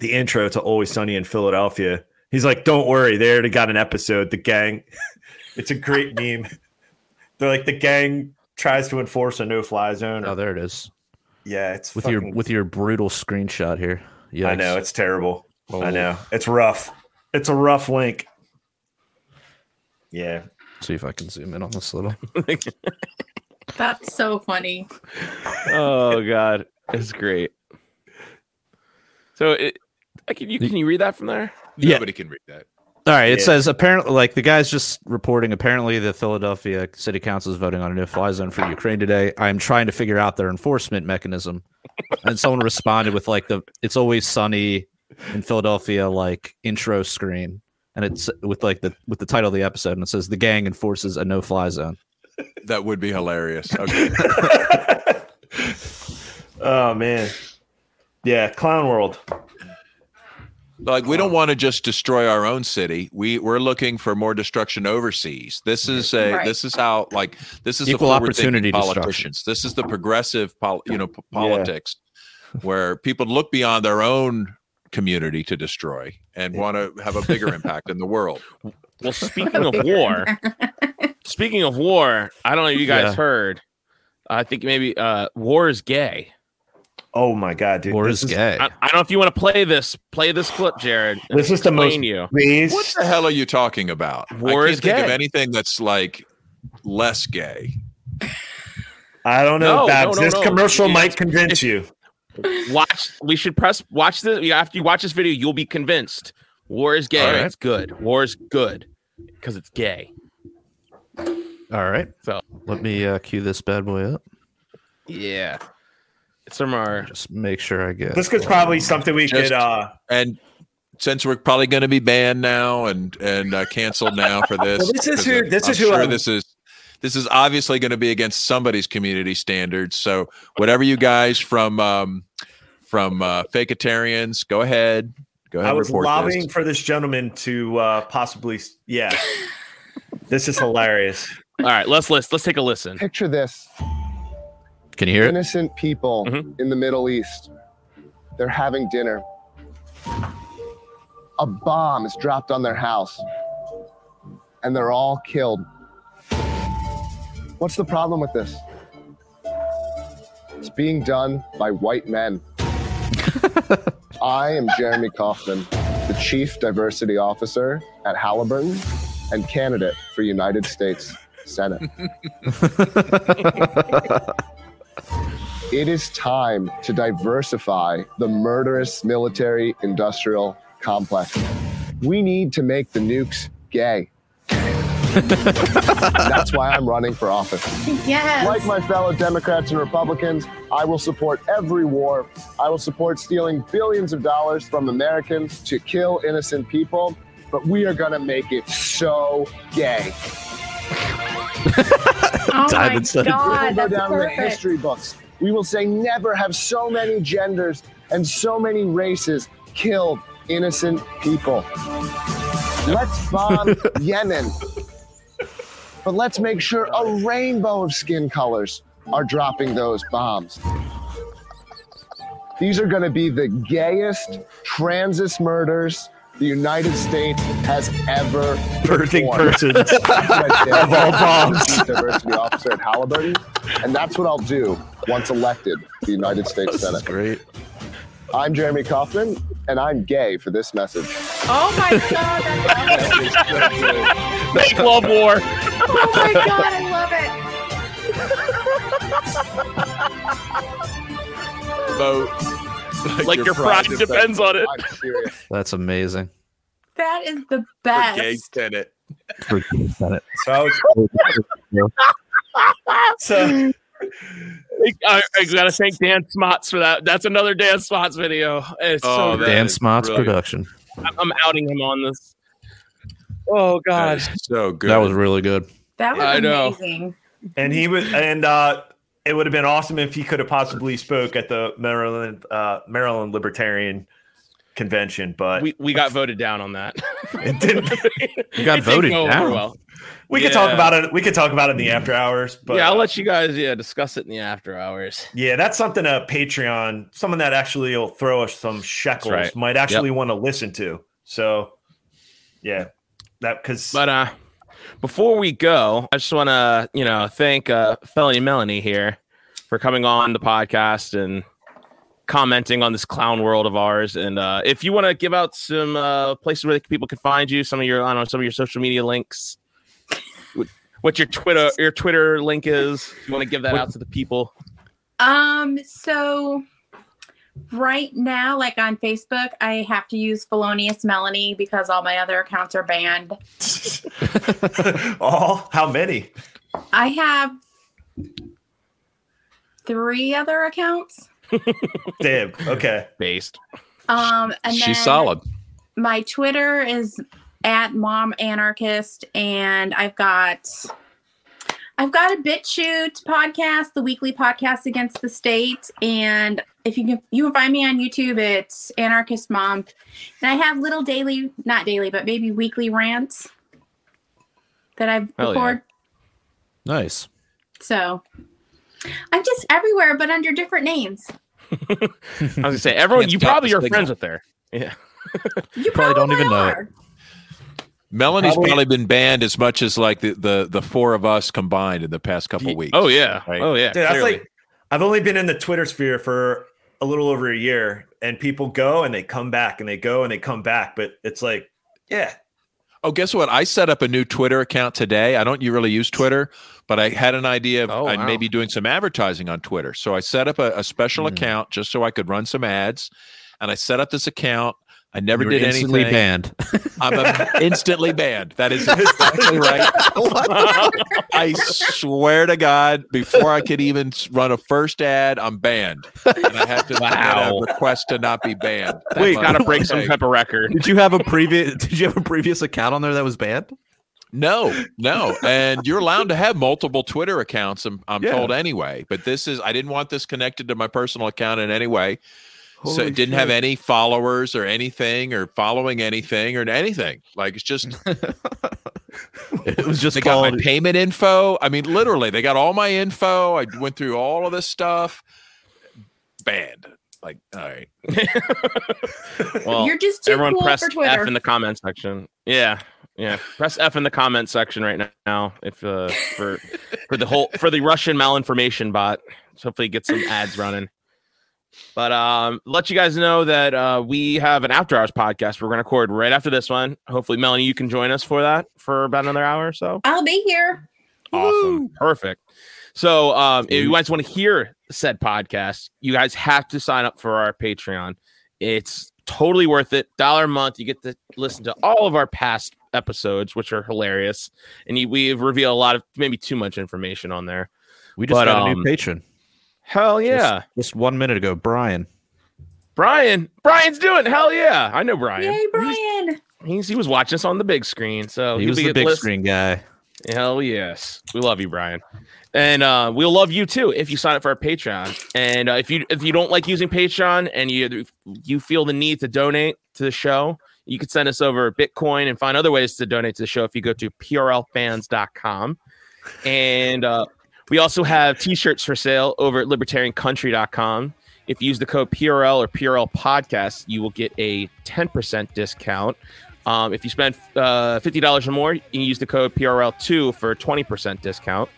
D: the intro to Always Sunny in Philadelphia. He's like, "Don't worry, they already got an episode." The gang. it's a great meme. They're like the gang tries to enforce a no-fly zone.
A: Oh, there it is.
D: yeah, it's
A: With your
D: fucking-
A: with your brutal screenshot here. Yeah,
D: I know it's terrible. I
A: Oh.
D: know it's rough. It's a rough link. Yeah,
A: See if I can zoom in on this little.
E: That's so funny.
B: oh god, it's great. So, it, I can, you, can you read that from there?
A: Yeah.
C: Nobody can read that.
A: All right. It
D: Yeah.
A: says apparently, like the guy's just reporting. Apparently, the Philadelphia City Council is voting on a no-fly zone for Ukraine today. I am trying to figure out their enforcement mechanism. And someone responded with like the "It's always sunny in Philadelphia" like intro screen, and it's with like the with the title of the episode, and it says the gang enforces a no-fly zone.
C: That would be hilarious. Okay.
D: oh man, yeah, clown world.
C: like we don't want to just destroy our own city. We we're looking for more destruction overseas. This is a
E: Right.
C: this is how like this is
A: Equal
C: the forward-thinking
A: opportunity destruction.
C: politicians. This is the progressive pol- you know p- politics where people look beyond their own community to destroy and want to have a bigger impact in the world.
B: Well, speaking of war, speaking of war, I don't know if you guys
A: Yeah.
B: heard. I think maybe uh, war is gay.
D: Oh my god, dude,
A: Or
D: this
A: is gay?
B: I, I don't know if you want to play this. Play this clip, Jared. and
D: This is the most-
B: explain you.
D: Please.
C: What the hell are you talking about?
B: War
C: I
B: is
C: can't think of
B: gay.
C: anything that's like less gay.
D: I don't know,
B: No,
D: Babs.
B: no, no,
D: this
B: no.
D: commercial
B: It's-
D: might convince you.
B: Watch. We should press. Watch this. After you watch this video, you'll be convinced. War is gay.
A: All right.
B: It's good. War is good because it's gay.
A: All right.
B: So-
A: let me uh, cue this bad boy up.
B: Yeah. It's from our.
A: Just make sure I get
D: This could probably something we
C: Just-
D: could. uh
C: And since we're probably going to be banned now and and uh, canceled now for this,
D: Well, this is
C: 'cause
D: who-
C: I'm-
D: this
C: I'm
D: is who
C: sure
D: I'm-
C: this is. This is obviously going to be against somebody's community standards. So whatever you guys from um, from uh, fakeitarians, go ahead, go ahead.
D: I
C: and
D: was
C: report
D: lobbying
C: This.
D: for this gentleman to uh possibly. Yeah, this is hilarious.
B: All right, let's list. Let's take a listen.
J: Picture this
A: Can you hear it? Mm-hmm.
J: innocent people
B: Mhm.
J: in the Middle East. They're having dinner. A bomb is dropped on their house, and they're all killed. What's the problem with this? It's being done by white men. I am Jeremy Kaufman, the Chief Diversity Officer at Halliburton and candidate for United States Senate. It is time to diversify the murderous military industrial complex. We need to make the nukes gay. That's why I'm running for office.
E: Yes.
J: Like my fellow Democrats and Republicans, I will support every war. I will support stealing billions of dollars from Americans to kill innocent people, but we are going to make it so gay.
E: oh
A: Diamond
E: my
A: said it.
E: God,
J: go
E: that's
J: down in the
E: perfect.
J: history books. We will say never have so many genders and so many races killed innocent people. Let's bomb Yemen. But let's make sure a rainbow of skin colors are dropping those bombs. These are going to be the gayest transist murders the United States has ever
D: Birthing
J: performed.
D: persons.
J: of all bombs. Diversity officer at Halliburton, and that's what I'll do once elected to the United States Senate.
A: Great.
J: I'm Jeremy Kaufman, and I'm gay for this message.
E: Oh my God, I love it.
B: Make love war.
E: Oh my God, I love it.
C: Vote.
B: Like your pride depends on it.
J: I'm serious.
A: That's amazing.
E: That is the
C: on Gay
E: best.
C: Senate.
D: So I was- so
B: I, I gotta thank Dan Smots for that. That's another Dan Smots video. It's
C: Oh,
B: so
C: that
B: good.
A: Dan
C: is
A: Smott's
C: brilliant.
A: production.
B: I'm- I'm outing him on this. Oh
C: That
B: God.
C: is so good.
A: That was really good.
E: That was
B: I know.
E: amazing.
D: and he was and uh it would have been awesome if he could have possibly spoke at the Maryland uh Maryland Libertarian convention, but we,
B: We, we got voted down on that.
D: it didn't
A: You got
B: It didn't
A: voted
B: go over
A: down.
B: well.
D: we could talk
B: Yeah.
D: about it. We could talk about it in the after hours, but
B: yeah, I'll let you guys yeah discuss it in the after hours.
D: Yeah, that's something a Patreon, someone that actually will throw us some shekels
B: right.
D: might actually want to listen to. So, yeah, that because
B: But uh before we go, I just want to, you know, thank uh Felony Melanie here for coming on the podcast and commenting on this clown world of ours and uh if you want to give out some uh places where people can find you, some of your I don't know, some of your social media links. wh- What your Twitter your Twitter link is? If you want to give that out to the people?
E: Um, so right now, like on Facebook, I have to use Felonious Melanie because all my other accounts are banned.
D: all how many?
E: I have three other accounts.
D: Damn. Okay.
B: Based.
E: Um, and
C: She's
E: then
C: solid.
E: My Twitter is at mom anarchist, and I've got I've got a BitChute podcast, the weekly podcast against the state, and if you can you can find me on YouTube, it's anarchist mom, and I have little daily, not daily, but maybe weekly rants that I
B: Hell yeah.
E: record.
A: Nice.
E: So I'm just everywhere, but under different names.
B: I was gonna say everyone.
C: Can't
B: You
C: stop
B: probably
C: the
B: are
C: signal.
B: friends with there. Yeah.
E: You
A: Probably don't even know it.
E: are.
C: Melanie's
J: Probably-
C: probably, been banned as much as like the, the, the four of us combined in the past couple weeks.
B: Oh yeah.
C: Right.
B: Oh yeah.
D: Dude, that's
B: clearly.
D: like I've only been in the Twitter sphere for a little over a year, and people go and they come back and they go and they come back, but it's like, yeah,
C: Oh, guess what? I set up a new Twitter account today. I don't you really use Twitter, but I had an idea of
B: Oh,
C: I'd
B: wow. Hmm.
C: maybe doing some advertising on Twitter. So I set up a, a special
A: Mm.
C: account just so I could run some ads. And I set up this account. I never
A: You were
C: did
A: instantly
C: anything.
A: banned.
C: I'm a, instantly banned. That is exactly right. I swear to God, before I could even s- run a first ad, I'm banned. And I have to submit
B: Wow.
C: a request to not be banned.
B: we
C: That
B: gotta
C: must-
B: break some
C: okay.
B: type of record.
A: Did you have a previous? Did you have a previous account on there that was banned?
C: No, no. And you're allowed to have multiple Twitter accounts, I'm, I'm
A: Yeah.
C: told anyway. But this is, I didn't want this connected to my personal account in any way. so
A: Holy
C: it didn't have
A: shit.
C: any followers or anything or following anything or anything. Like it's just,
B: It was just
C: they got my
B: quality.
C: payment info. I mean, literally, they got all my info. I went through all of this stuff. Banned. Like, all right.
B: Well,
E: You're just too
B: everyone
E: cool
B: press
E: for Twitter.
B: F in the comment section. Yeah, yeah. Press F in the comment section right now if uh, for for the whole for the Russian malinformation bot. So hopefully get some ads running. But um, let you guys know that uh, we have an after hours podcast. We're going to record right after this one. Hopefully, Melanie, you can join us for that for about another hour or so.
E: I'll be here.
B: Awesome. Perfect. So um, if you guys want to hear said podcast, you guys have to sign up for our Patreon. It's totally worth it. Dollar a month. You get to listen to all of our past episodes, which are hilarious. And you, we reveal a lot of maybe too much information on there.
A: We just
B: But,
A: got a
B: um,
A: new patron.
B: Hell yeah.
A: Just- Just one minute ago, Brian.
B: Brian. Brian's doing it. Hell yeah. I know Brian.
E: Yay, Brian!
B: He's, he was watching us on the big screen. So
A: He
B: he'll
A: was
B: Oh, be
A: the
B: at
A: big
B: list-
A: screen guy.
B: Hell yes, we love you, Brian, and uh, we'll love you too if you sign up for our Patreon. And uh, if you if you don't like using Patreon and you you feel the need to donate to the show, you can send us over Bitcoin and find other ways to donate to the show if you go to prlfans.com. And uh, we also have t-shirts for sale over at libertariancountry.com. If you use the code PRL or PRL podcast, you will get a 10% discount. Um, if you spend uh, $50 or more, you can use the code PRL2 for a 20% discount.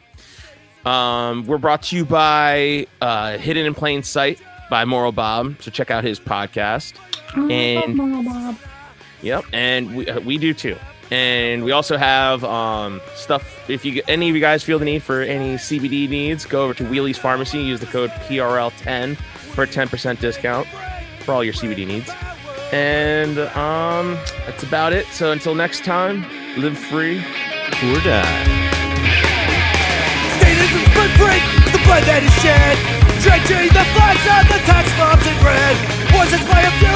B: Um, we're brought to you by uh, Hidden in Plain Sight by Moral Bob. So check out his podcast. And Yep, and we, uh, we do too. And we also have um, stuff. If you any of you guys feel the need for any CBD needs, go over to Wheelie's Pharmacy. Use the code PRL10 for a 10% discount for all your CBD needs. And um, that's about it. So until next time, live free.
A: Poor die.
K: Statism's been free, the blood that is shed. Drenching the flags and the tax bombs in red. Voices by a few